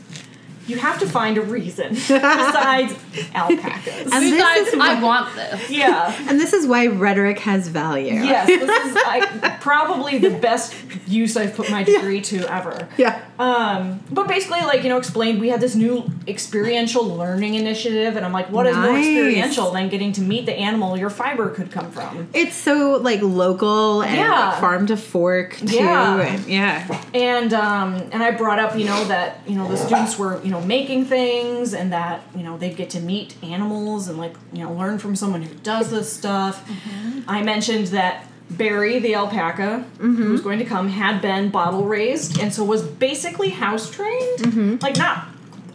[SPEAKER 3] you have to find a reason besides alpacas.
[SPEAKER 2] And this
[SPEAKER 4] Besides,
[SPEAKER 2] is
[SPEAKER 4] I
[SPEAKER 2] why-
[SPEAKER 4] want this.
[SPEAKER 3] yeah.
[SPEAKER 2] And this is why rhetoric has value.
[SPEAKER 3] Yes, this is like, probably the best use I've put my degree to ever.
[SPEAKER 2] Yeah.
[SPEAKER 3] Um, but basically, like you know, explained we had this new experiential learning initiative, and I'm like, what is more
[SPEAKER 2] Nice.
[SPEAKER 3] experiential than getting to meet the animal your fiber could come from?
[SPEAKER 2] It's so like local and
[SPEAKER 3] Yeah.
[SPEAKER 2] like, farm to fork too.
[SPEAKER 3] Yeah.
[SPEAKER 2] And, yeah.
[SPEAKER 3] and um, and I brought up you know that you know the students were you know making things and that you know they'd get to meet animals and like you know learn from someone who does this stuff.
[SPEAKER 2] Mm-hmm.
[SPEAKER 3] I mentioned that Barry the alpaca who was going to come had been bottle raised and so was basically house trained,
[SPEAKER 2] Mm-hmm.
[SPEAKER 3] like not.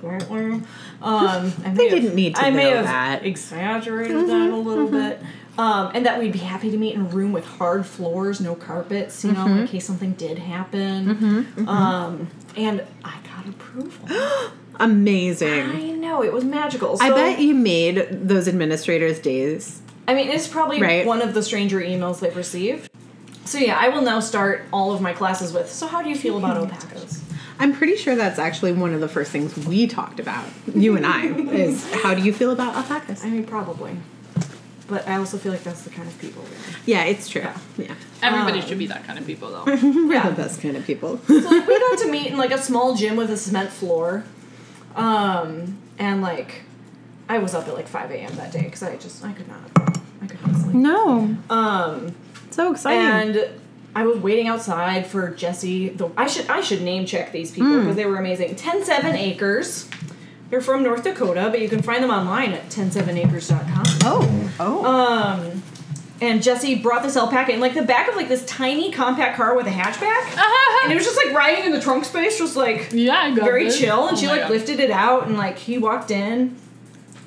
[SPEAKER 3] Um, I may
[SPEAKER 2] didn't need to
[SPEAKER 3] I may
[SPEAKER 2] know
[SPEAKER 3] have
[SPEAKER 2] that.
[SPEAKER 3] exaggerated
[SPEAKER 2] Mm-hmm,
[SPEAKER 3] that a little bit. Um, and that we'd be happy to meet in a room with hard floors, no carpets, you know,
[SPEAKER 2] Mm-hmm.
[SPEAKER 3] in case something did happen. Um, and I got approval.
[SPEAKER 2] Amazing.
[SPEAKER 3] I know, it was magical. So,
[SPEAKER 2] I bet you made those administrators' days.
[SPEAKER 3] I mean, it's probably
[SPEAKER 2] Right.
[SPEAKER 3] one of the stranger emails they've received. So, yeah, I will now start all of my classes with So, how do you feel about alpacas?
[SPEAKER 2] I'm pretty sure that's actually one of the first things we talked about, you and I, is how do you feel about alpacas?
[SPEAKER 3] I mean, probably. But I also feel like that's the kind of people we are.
[SPEAKER 2] Yeah, it's true. Yeah.
[SPEAKER 4] Everybody should be that kind of people, though.
[SPEAKER 2] We're
[SPEAKER 3] Yeah.
[SPEAKER 2] the best kind of people.
[SPEAKER 3] So like, we got to meet in like a small gym with a cement floor, um, and like I was up at like five a.m. that day because I just I could not I could not sleep.
[SPEAKER 2] no.
[SPEAKER 3] Um,
[SPEAKER 2] So exciting.
[SPEAKER 3] and I was waiting outside for Jesse. The I should I should name check these people because they were amazing. Ten Seven Acres. They're from North Dakota, but you can find them online at 107acres.com.
[SPEAKER 2] oh. Oh.
[SPEAKER 3] Um, and Jesse brought this alpaca in like the back of like this tiny compact car with a hatchback.
[SPEAKER 4] Uh-huh.
[SPEAKER 3] And it was just like riding in the trunk space, just like
[SPEAKER 4] yeah, I got
[SPEAKER 3] very
[SPEAKER 4] this.
[SPEAKER 3] chill and
[SPEAKER 4] Oh
[SPEAKER 3] she
[SPEAKER 4] my
[SPEAKER 3] like
[SPEAKER 4] God.
[SPEAKER 3] lifted it out and like he walked in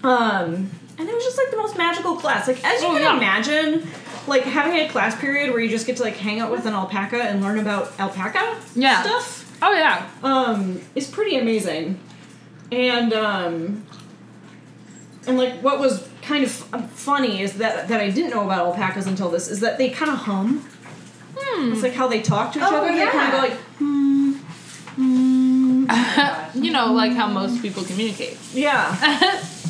[SPEAKER 3] um and it was just like the most magical class like as you
[SPEAKER 4] Oh,
[SPEAKER 3] can
[SPEAKER 4] yeah.
[SPEAKER 3] imagine like having a class period where you just get to like hang out with an alpaca and learn about alpaca
[SPEAKER 4] Yeah.
[SPEAKER 3] stuff
[SPEAKER 4] Oh yeah.
[SPEAKER 3] um is pretty amazing and um and like what was kind of f- um, funny is that that i didn't know about alpacas until this is that they kind of hum
[SPEAKER 4] Hmm.
[SPEAKER 3] it's like how they talk to each
[SPEAKER 1] Oh,
[SPEAKER 3] other they kind
[SPEAKER 1] yeah.
[SPEAKER 3] of go like
[SPEAKER 4] You know, like how most people communicate.
[SPEAKER 3] Yeah.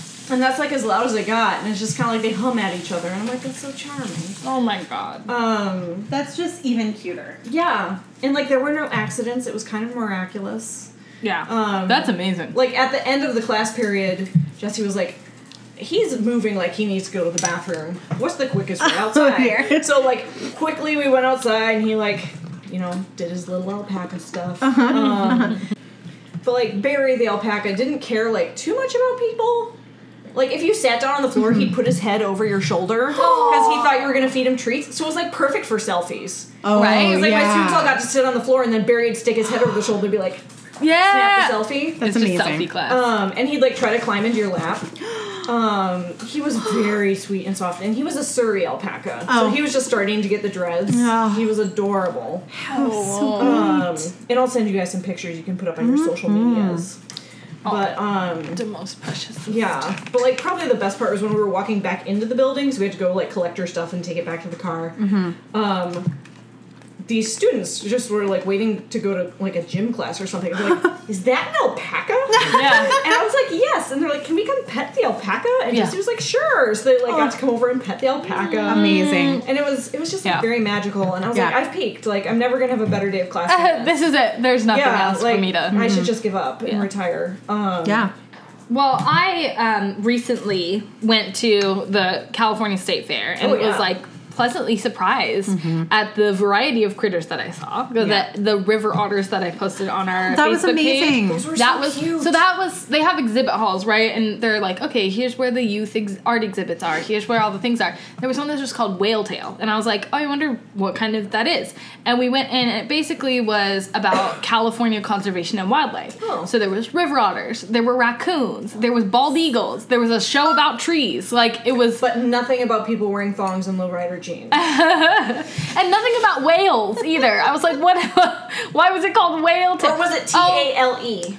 [SPEAKER 3] and that's like as loud as it got, and it's just kind of like they hum at each other, and I'm like, that's so charming.
[SPEAKER 4] Oh my god.
[SPEAKER 3] Um,
[SPEAKER 2] That's just even cuter.
[SPEAKER 3] yeah, and like there were no accidents. It was kind of miraculous.
[SPEAKER 4] Yeah.
[SPEAKER 3] Um,
[SPEAKER 4] That's amazing.
[SPEAKER 3] Like at the end of the class period, Jesse was like. He's moving like he needs to go to the bathroom. What's the quickest way outside?
[SPEAKER 2] Oh, yeah.
[SPEAKER 3] So like quickly we went outside and he like, you know, did his little alpaca stuff.
[SPEAKER 2] Uh-huh.
[SPEAKER 3] Um, but like Barry the alpaca didn't care like too much about people. Like if you sat down on the floor,
[SPEAKER 2] Mm-hmm.
[SPEAKER 3] he'd put his head over your shoulder because he thought you were gonna feed him treats. So it was like perfect for selfies.
[SPEAKER 2] Oh,
[SPEAKER 4] Right?
[SPEAKER 3] It
[SPEAKER 4] It's
[SPEAKER 3] was like
[SPEAKER 2] yeah.
[SPEAKER 3] my students all got to sit on the floor and then Barry'd stick his head over the shoulder and be like, snap the
[SPEAKER 2] Ah.
[SPEAKER 4] yeah.
[SPEAKER 3] selfie.
[SPEAKER 2] That's
[SPEAKER 4] it's just
[SPEAKER 2] amazing.
[SPEAKER 4] selfie class.
[SPEAKER 3] Um, and he'd like try to climb into your lap. Um, he was very sweet and soft, and he was a Surrey alpaca, so
[SPEAKER 2] Oh.
[SPEAKER 3] he was just starting to get the dreads.
[SPEAKER 2] Oh.
[SPEAKER 3] He was adorable. Um, and I'll send you guys some pictures you can put up on your social medias. But um,
[SPEAKER 4] the most precious.
[SPEAKER 3] yeah, but like probably the best part was when we were walking back into the building, so we had to go like collect our stuff and take it back to the car.
[SPEAKER 4] Mm-hmm.
[SPEAKER 3] Um, these students just were like waiting to go to like a gym class or something. They're like, "Is that an alpaca?"
[SPEAKER 4] Yeah.
[SPEAKER 3] And I was like, yes. And they're like, can we come pet the alpaca? And
[SPEAKER 4] Yeah. Oh. Mm.
[SPEAKER 3] Jesse was like, sure. So they like got to come over and pet the alpaca.
[SPEAKER 2] Amazing.
[SPEAKER 3] And it was it was just
[SPEAKER 4] Yeah.
[SPEAKER 3] very magical. And I was
[SPEAKER 2] Yeah.
[SPEAKER 3] like, I've peaked. Like I'm never gonna have a better day of class. than
[SPEAKER 4] Uh,
[SPEAKER 3] this.
[SPEAKER 4] this is it. There's nothing
[SPEAKER 3] yeah,
[SPEAKER 4] else
[SPEAKER 3] like
[SPEAKER 4] for me to. mm-hmm.
[SPEAKER 3] I should just give up and
[SPEAKER 4] Yeah.
[SPEAKER 3] retire. Um,
[SPEAKER 2] Yeah.
[SPEAKER 4] Well, I um, recently went to the California State Fair and
[SPEAKER 3] Oh, yeah.
[SPEAKER 4] was like pleasantly surprised
[SPEAKER 2] Mm-hmm.
[SPEAKER 4] at the variety of critters that I saw. The, the, the river otters that I posted on our
[SPEAKER 2] That
[SPEAKER 4] Facebook
[SPEAKER 2] was
[SPEAKER 4] page.
[SPEAKER 2] amazing.
[SPEAKER 3] Those were
[SPEAKER 4] that
[SPEAKER 3] so
[SPEAKER 4] was
[SPEAKER 3] cute.
[SPEAKER 4] so that was they have exhibit halls right and they're like okay here's where the youth ex- art exhibits are here's where all the things are there was one that was just called whale tail and i was like oh i wonder what kind of that is and we went in and it basically was about california conservation and wildlife
[SPEAKER 3] Oh.
[SPEAKER 4] so there was river otters there were raccoons there was bald eagles there was a show about trees like it was
[SPEAKER 3] But nothing about people wearing thongs and lowrider jeans.
[SPEAKER 4] and nothing about whales either i was like what why was it called whale tail
[SPEAKER 3] or was it T
[SPEAKER 4] Oh,
[SPEAKER 3] A L E?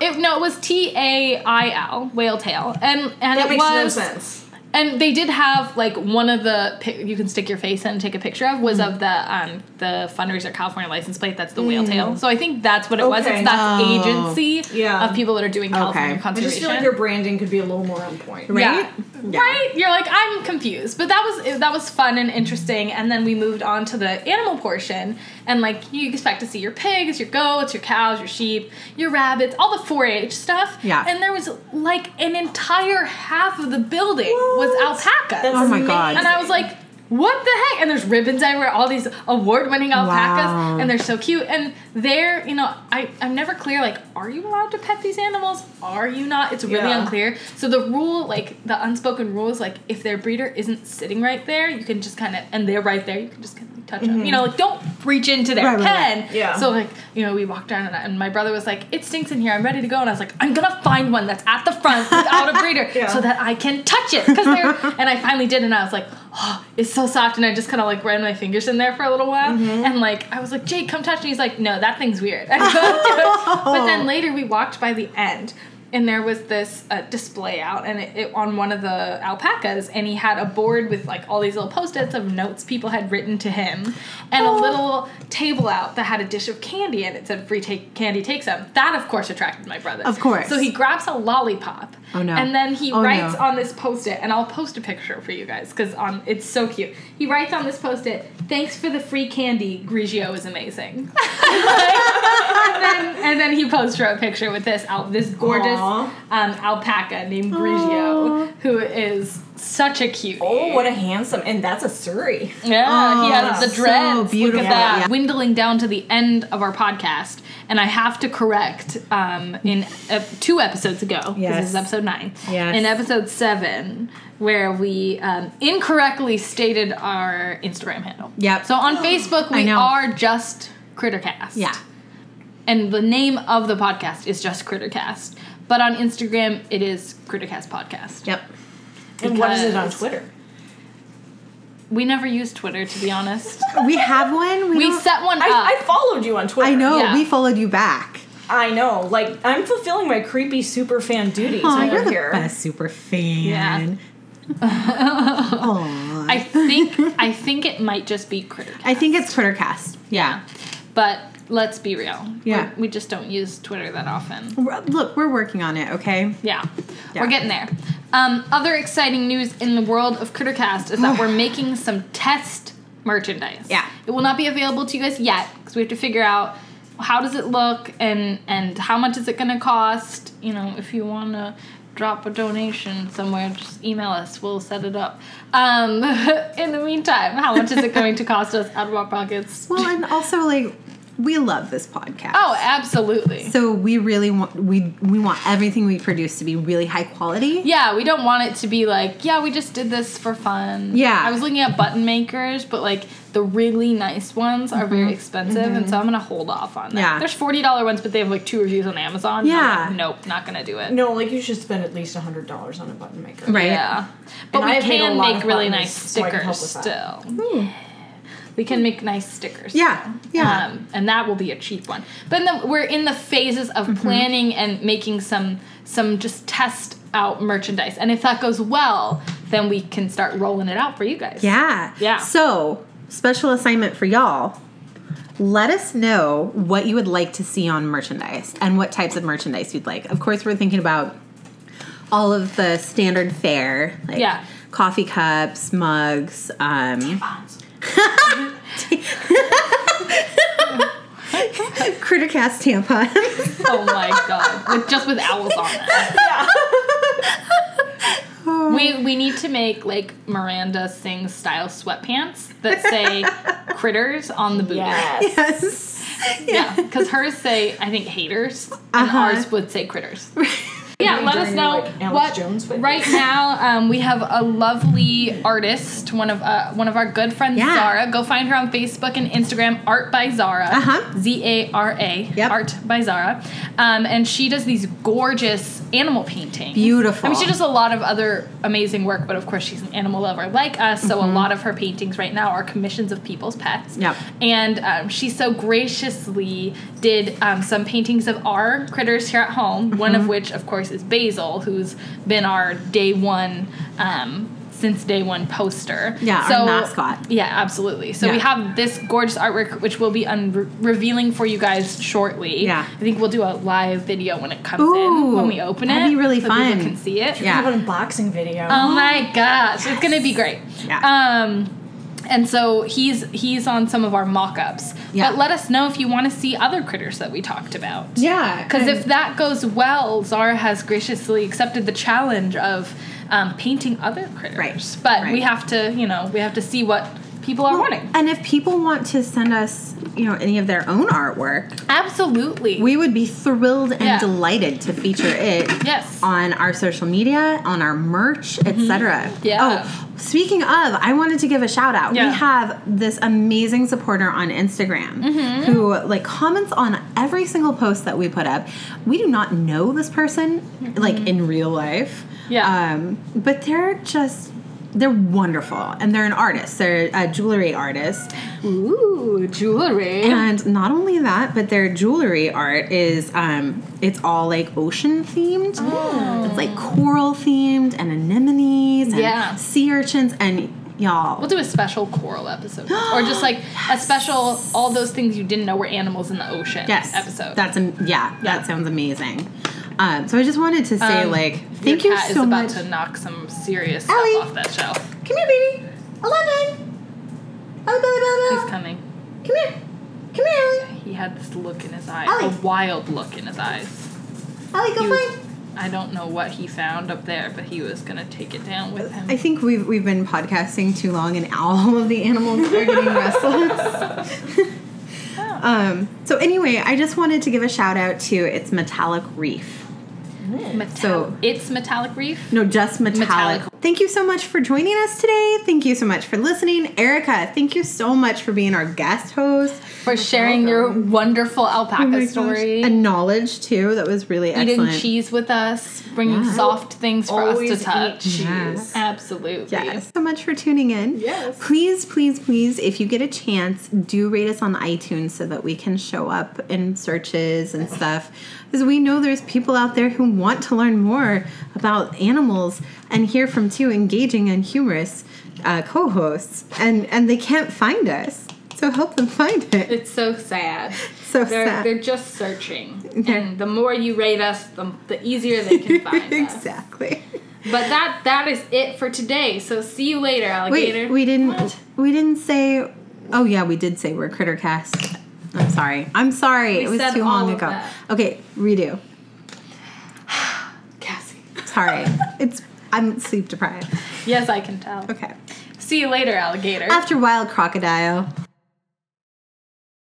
[SPEAKER 4] It, no, it was T A I L, whale tail, and and
[SPEAKER 3] That
[SPEAKER 4] it
[SPEAKER 3] makes
[SPEAKER 4] was
[SPEAKER 3] no sense.
[SPEAKER 4] And they did have like one of the pic- you can stick your face in and take a picture of was
[SPEAKER 3] Mm.
[SPEAKER 4] of the um the fundraiser California license plate that's the whale tail. So I think that's what it was.
[SPEAKER 3] Okay.
[SPEAKER 4] It's that
[SPEAKER 2] Oh.
[SPEAKER 4] agency
[SPEAKER 3] Yeah.
[SPEAKER 4] of people that are doing California
[SPEAKER 2] Okay. I
[SPEAKER 3] I
[SPEAKER 4] conservation.
[SPEAKER 3] just feel like your branding could be a little more on point.
[SPEAKER 2] Right?
[SPEAKER 4] Yeah.
[SPEAKER 2] Yeah.
[SPEAKER 4] Right? You're like, I'm confused. But that was that was fun and interesting. And then we moved on to the animal portion. And like you expect to see your pigs, your goats, your cows, your sheep, your rabbits, all the 4-H stuff.
[SPEAKER 2] Yeah.
[SPEAKER 4] And there was like an entire half of the building was alpaca.
[SPEAKER 3] That's
[SPEAKER 2] Oh my
[SPEAKER 3] amazing.
[SPEAKER 2] God.
[SPEAKER 4] and I was like, what the heck? And there's ribbons everywhere, all these award winning alpacas,
[SPEAKER 2] Wow.
[SPEAKER 4] and they're so cute. And they're, you know, I, I'm never clear, like, are you allowed to pet these animals? Are you not? It's really
[SPEAKER 3] Yeah.
[SPEAKER 4] unclear. So the rule, like, the unspoken rule is, like, if their breeder isn't sitting right there, you can just kind of, and they're right there, you can just kind of touch them. You know, like, don't reach into their
[SPEAKER 2] Mm-hmm. Right, right,
[SPEAKER 4] pen.
[SPEAKER 2] right.
[SPEAKER 3] Yeah.
[SPEAKER 4] So, like, you know, we walked down, and, I- and my brother was like, it stinks in here, I'm ready to go. And I was like, I'm gonna find one that's at the front without a breeder
[SPEAKER 3] Yeah.
[SPEAKER 4] so that I can touch it. 'Cause they're, and I finally did, and I was like, oh, it's so soft. And I just kind of like ran my fingers in there for a little while.
[SPEAKER 2] Mm-hmm.
[SPEAKER 4] And like, I was like, Jake, come touch me. He's like, no, that thing's weird. And so but
[SPEAKER 2] Oh.
[SPEAKER 4] then later we walked by the end. And there was this uh, display out, and it, it on one of the alpacas, and he had a board with like all these little post-its of notes people had written to him, and
[SPEAKER 2] Oh.
[SPEAKER 4] a little table out that had a dish of candy, and it said "free take candy, take some." That of course attracted my brother.
[SPEAKER 2] Of course.
[SPEAKER 4] So he grabs a lollipop.
[SPEAKER 2] Oh, no.
[SPEAKER 4] And then he
[SPEAKER 2] Oh,
[SPEAKER 4] writes
[SPEAKER 2] no.
[SPEAKER 4] on this post-it, and I'll post a picture for you guys because on it's so cute. He writes on this post-it, "Thanks for the free candy. Grigio is amazing." and, then, and then he posts her a picture with this al- this gorgeous
[SPEAKER 3] Aw.
[SPEAKER 4] um, alpaca named Grigio, who is such a cute.
[SPEAKER 3] Oh, what a handsome. And that's a Surrey.
[SPEAKER 4] Yeah, he has
[SPEAKER 2] Oh,
[SPEAKER 4] the dreads.
[SPEAKER 2] so
[SPEAKER 4] Look
[SPEAKER 2] beautiful,
[SPEAKER 4] at that.
[SPEAKER 2] yeah.
[SPEAKER 4] Dwindling down to the end of our podcast, and I have to correct um, in uh, two episodes ago because
[SPEAKER 2] Yes.
[SPEAKER 4] this is episode nine.
[SPEAKER 2] Yes.
[SPEAKER 4] In episode seven, where we um, incorrectly stated our Instagram handle.
[SPEAKER 2] Yep.
[SPEAKER 4] So on Facebook,
[SPEAKER 2] I
[SPEAKER 4] we
[SPEAKER 2] know.
[SPEAKER 4] are just Crittercast.
[SPEAKER 2] Yeah.
[SPEAKER 4] And the name of the podcast is just Crittercast, but on Instagram, it is Crittercast Podcast.
[SPEAKER 2] Yep.
[SPEAKER 3] And what is it on
[SPEAKER 4] Because-
[SPEAKER 3] Twitter?
[SPEAKER 4] We never use Twitter, to be honest.
[SPEAKER 2] We have one. We,
[SPEAKER 4] we
[SPEAKER 2] don't-
[SPEAKER 4] set one up.
[SPEAKER 3] I, I followed you on Twitter.
[SPEAKER 2] I know.
[SPEAKER 4] Yeah.
[SPEAKER 2] We followed you back.
[SPEAKER 3] I know. Like, I'm fulfilling my creepy super fan duties
[SPEAKER 2] Aw,
[SPEAKER 3] over
[SPEAKER 2] you're the
[SPEAKER 3] here.
[SPEAKER 2] best super
[SPEAKER 4] Yeah.
[SPEAKER 2] fan. Aw.
[SPEAKER 4] I think I think it might just be critter.
[SPEAKER 2] I think it's Twittercast. Yeah.
[SPEAKER 4] But let's be real.
[SPEAKER 2] Yeah.
[SPEAKER 4] We're- we just don't use Twitter that often.
[SPEAKER 2] R- Look, we're working on it, okay?
[SPEAKER 4] Yeah.
[SPEAKER 2] Yeah.
[SPEAKER 4] We're getting there. Um, other exciting news in the world of Crittercast is that we're making some test merchandise.
[SPEAKER 2] Yeah.
[SPEAKER 4] It will not be available to you guys yet because we have to figure out how does it look and and how much is it going to cost. You know, if you want to drop a donation somewhere, just email us. We'll set it up. Um, in the meantime, how much is it going to cost us out of our pockets?
[SPEAKER 2] Well, and also like we love this podcast.
[SPEAKER 4] Oh, absolutely.
[SPEAKER 2] So we really want we we want everything we produce to be really high quality.
[SPEAKER 4] Yeah, we don't want it to be like, yeah, we just did this for fun.
[SPEAKER 2] Yeah.
[SPEAKER 4] I was looking at button makers, but like the really nice ones are very
[SPEAKER 3] Mm-hmm.
[SPEAKER 4] expensive, and so I'm gonna hold off on that.
[SPEAKER 2] Yeah.
[SPEAKER 4] There's $40 ones, but they have like two reviews on Amazon. I'm
[SPEAKER 2] Yeah.
[SPEAKER 4] like, nope, not gonna do it.
[SPEAKER 3] No, like, you should spend at least $100 on a button maker.
[SPEAKER 2] Right.
[SPEAKER 4] Yeah. But
[SPEAKER 3] And
[SPEAKER 4] we
[SPEAKER 3] I have made a
[SPEAKER 4] can
[SPEAKER 3] lot
[SPEAKER 4] make
[SPEAKER 3] of
[SPEAKER 4] really
[SPEAKER 3] buttons,
[SPEAKER 4] nice
[SPEAKER 3] so I can help
[SPEAKER 4] stickers
[SPEAKER 3] with
[SPEAKER 4] still. We can make nice stickers.
[SPEAKER 2] Yeah, yeah.
[SPEAKER 4] Um, and that will be a cheap one. But then we're in the phases of
[SPEAKER 2] Mm-hmm.
[SPEAKER 4] planning and making some some just test out merchandise. And if that goes well, then we can start rolling it out for you guys.
[SPEAKER 2] Yeah.
[SPEAKER 4] Yeah.
[SPEAKER 2] So, special assignment for y'all. Let us know what you would like to see on merchandise and what types of merchandise you'd like. Of course, we're thinking about all of the standard fare, like
[SPEAKER 4] Yeah.
[SPEAKER 2] coffee cups, mugs, um, Crittercast tampons.
[SPEAKER 4] Oh my god. With, just with owls on it. We, we need to make like Miranda Singh style sweatpants that say critters on the booty.
[SPEAKER 3] Yes.
[SPEAKER 2] yes.
[SPEAKER 4] Yeah, because hers say I think haters, and
[SPEAKER 2] Uh-huh.
[SPEAKER 4] ours would say critters. yeah,
[SPEAKER 3] Maybe
[SPEAKER 4] let us
[SPEAKER 3] during,
[SPEAKER 4] know
[SPEAKER 3] like, Alex
[SPEAKER 4] what.
[SPEAKER 3] Jones would-
[SPEAKER 4] right now, um, we have a lovely artist, one of uh, one of our good friends,
[SPEAKER 2] Yeah.
[SPEAKER 4] Zara. Go find her on Facebook and Instagram, Art by Zara,
[SPEAKER 2] Uh-huh.
[SPEAKER 4] Z A R A,
[SPEAKER 2] Yep.
[SPEAKER 4] Art by Zara, um, and she does these gorgeous animal paintings.
[SPEAKER 2] Beautiful.
[SPEAKER 4] I mean, she does a lot of other amazing work, but of course, she's an animal lover like us, so
[SPEAKER 2] Mm-hmm.
[SPEAKER 4] a lot of her paintings right now are commissions of people's pets.
[SPEAKER 2] Yep.
[SPEAKER 4] And um, she so graciously did um, some paintings of our critters here at
[SPEAKER 2] Mm-hmm.
[SPEAKER 4] home, one of which, of course, is Basil, who's been our day one um, since day one poster.
[SPEAKER 2] Yeah, our mascot.
[SPEAKER 4] Yeah, absolutely. So we
[SPEAKER 2] Yeah.
[SPEAKER 4] have this gorgeous artwork, which we'll be un- revealing for you guys shortly.
[SPEAKER 2] Yeah.
[SPEAKER 4] I think we'll do a live video when it comes in
[SPEAKER 2] Ooh,
[SPEAKER 4] when we open it.
[SPEAKER 2] that'd be really
[SPEAKER 4] so people
[SPEAKER 2] fun.
[SPEAKER 4] can see it.
[SPEAKER 2] Yeah.
[SPEAKER 3] an unboxing video.
[SPEAKER 4] Oh my gosh, it's gonna be great.
[SPEAKER 2] Yeah.
[SPEAKER 4] Um, and so he's he's on some of our mock-ups.
[SPEAKER 2] Yeah.
[SPEAKER 4] But let us know if you want to see other critters that we talked about.
[SPEAKER 2] Yeah,
[SPEAKER 4] Because if that goes well, Zara has graciously accepted the challenge of um, painting other critters.
[SPEAKER 2] Right,
[SPEAKER 4] But we
[SPEAKER 2] right.
[SPEAKER 4] have to, you know, we have to see what people are wanting.
[SPEAKER 2] and if people want to send us, you know, any of their own artwork,
[SPEAKER 4] Absolutely.
[SPEAKER 2] we would be thrilled and
[SPEAKER 4] Yeah.
[SPEAKER 2] delighted to feature it
[SPEAKER 4] yes. Mm-hmm.
[SPEAKER 2] on our social media, on our merch, etc.
[SPEAKER 4] Yeah.
[SPEAKER 2] Oh, speaking of, I wanted to give a shout out.
[SPEAKER 4] Yeah.
[SPEAKER 2] We have this amazing supporter on Instagram
[SPEAKER 4] Mm-hmm.
[SPEAKER 2] who like comments on every single post that we put up. We do not know this person like in real life.
[SPEAKER 4] Mm-hmm. Yeah.
[SPEAKER 2] Um, but they're just they're wonderful and they're an artist. They're a jewelry artist.
[SPEAKER 4] Ooh, jewelry.
[SPEAKER 2] And not only that, but their jewelry art is um it's all like ocean themed.
[SPEAKER 4] Oh.
[SPEAKER 2] It's like coral themed and anemones and
[SPEAKER 4] Yeah.
[SPEAKER 2] sea urchins and y'all.
[SPEAKER 4] We'll do a special coral episode, or just like a special all those things you didn't know were animals in the ocean
[SPEAKER 2] yes.
[SPEAKER 4] episode.
[SPEAKER 2] That's am- yeah, that sounds amazing. Um, so I just wanted to say
[SPEAKER 4] Um,
[SPEAKER 2] like
[SPEAKER 4] Your
[SPEAKER 2] thank you
[SPEAKER 4] cat
[SPEAKER 2] so
[SPEAKER 4] is about
[SPEAKER 2] much.
[SPEAKER 4] to knock some serious stuff
[SPEAKER 2] Ellie.
[SPEAKER 4] off that shelf.
[SPEAKER 2] Come here, baby. Eleven. Oh,
[SPEAKER 4] He's
[SPEAKER 2] Bella, Bella.
[SPEAKER 4] coming.
[SPEAKER 2] Come here. Come here, Ellie.
[SPEAKER 4] He had this look in his eyes,
[SPEAKER 2] Ellie.
[SPEAKER 4] a wild look in his eyes.
[SPEAKER 2] Ellie, go
[SPEAKER 4] He was-
[SPEAKER 2] find.
[SPEAKER 4] I don't know what he found up there, but he was gonna take it down with him.
[SPEAKER 2] I think we've we've been podcasting too long, and all of the animals are getting restless.
[SPEAKER 4] Oh.
[SPEAKER 2] um, so anyway, I just wanted to give a shout out to it's Metallic Reef.
[SPEAKER 3] Mm.
[SPEAKER 4] Metal-
[SPEAKER 2] so-
[SPEAKER 4] it's metallic reef.
[SPEAKER 2] No, just metallic.
[SPEAKER 4] Metallic.
[SPEAKER 2] Thank you so much for joining us today. Thank you so much for listening, Erica. Thank you so much for being our guest host.
[SPEAKER 4] For sharing your wonderful alpaca
[SPEAKER 2] Oh my gosh.
[SPEAKER 4] story,
[SPEAKER 2] and knowledge too. That was really
[SPEAKER 4] eating
[SPEAKER 2] excellent.
[SPEAKER 4] cheese with us, bringing soft things for us to
[SPEAKER 3] Always eat
[SPEAKER 4] touch.
[SPEAKER 3] cheese.
[SPEAKER 2] Yes.
[SPEAKER 4] Absolutely.
[SPEAKER 2] Yes. So much for tuning in.
[SPEAKER 3] Yes.
[SPEAKER 2] Please, please, please, if you get a chance, do rate us on iTunes so that we can show up in searches and stuff. Because we know there's people out there who want to learn more about animals and hear from two engaging and humorous uh, co-hosts, and and they can't find us. So help them find it.
[SPEAKER 4] It's so sad.
[SPEAKER 2] So
[SPEAKER 4] They're,
[SPEAKER 2] sad.
[SPEAKER 4] they're just searching, and the more you rate us, the, the easier they can find us.
[SPEAKER 2] exactly.
[SPEAKER 4] But that that is it for today. So see you later,
[SPEAKER 2] Wait,
[SPEAKER 4] alligator.
[SPEAKER 2] we didn't.
[SPEAKER 4] What?
[SPEAKER 2] We didn't say. Oh yeah, we did say we're Crittercast. I'm sorry. I'm sorry. it was
[SPEAKER 4] said
[SPEAKER 2] too
[SPEAKER 4] all
[SPEAKER 2] long
[SPEAKER 4] of
[SPEAKER 2] ago.
[SPEAKER 4] that.
[SPEAKER 2] Okay, redo.
[SPEAKER 4] Cassie.
[SPEAKER 2] Sorry, it's I'm sleep deprived.
[SPEAKER 4] Yes, I can tell.
[SPEAKER 2] Okay.
[SPEAKER 4] See you later, alligator.
[SPEAKER 2] After Wild Crocodile.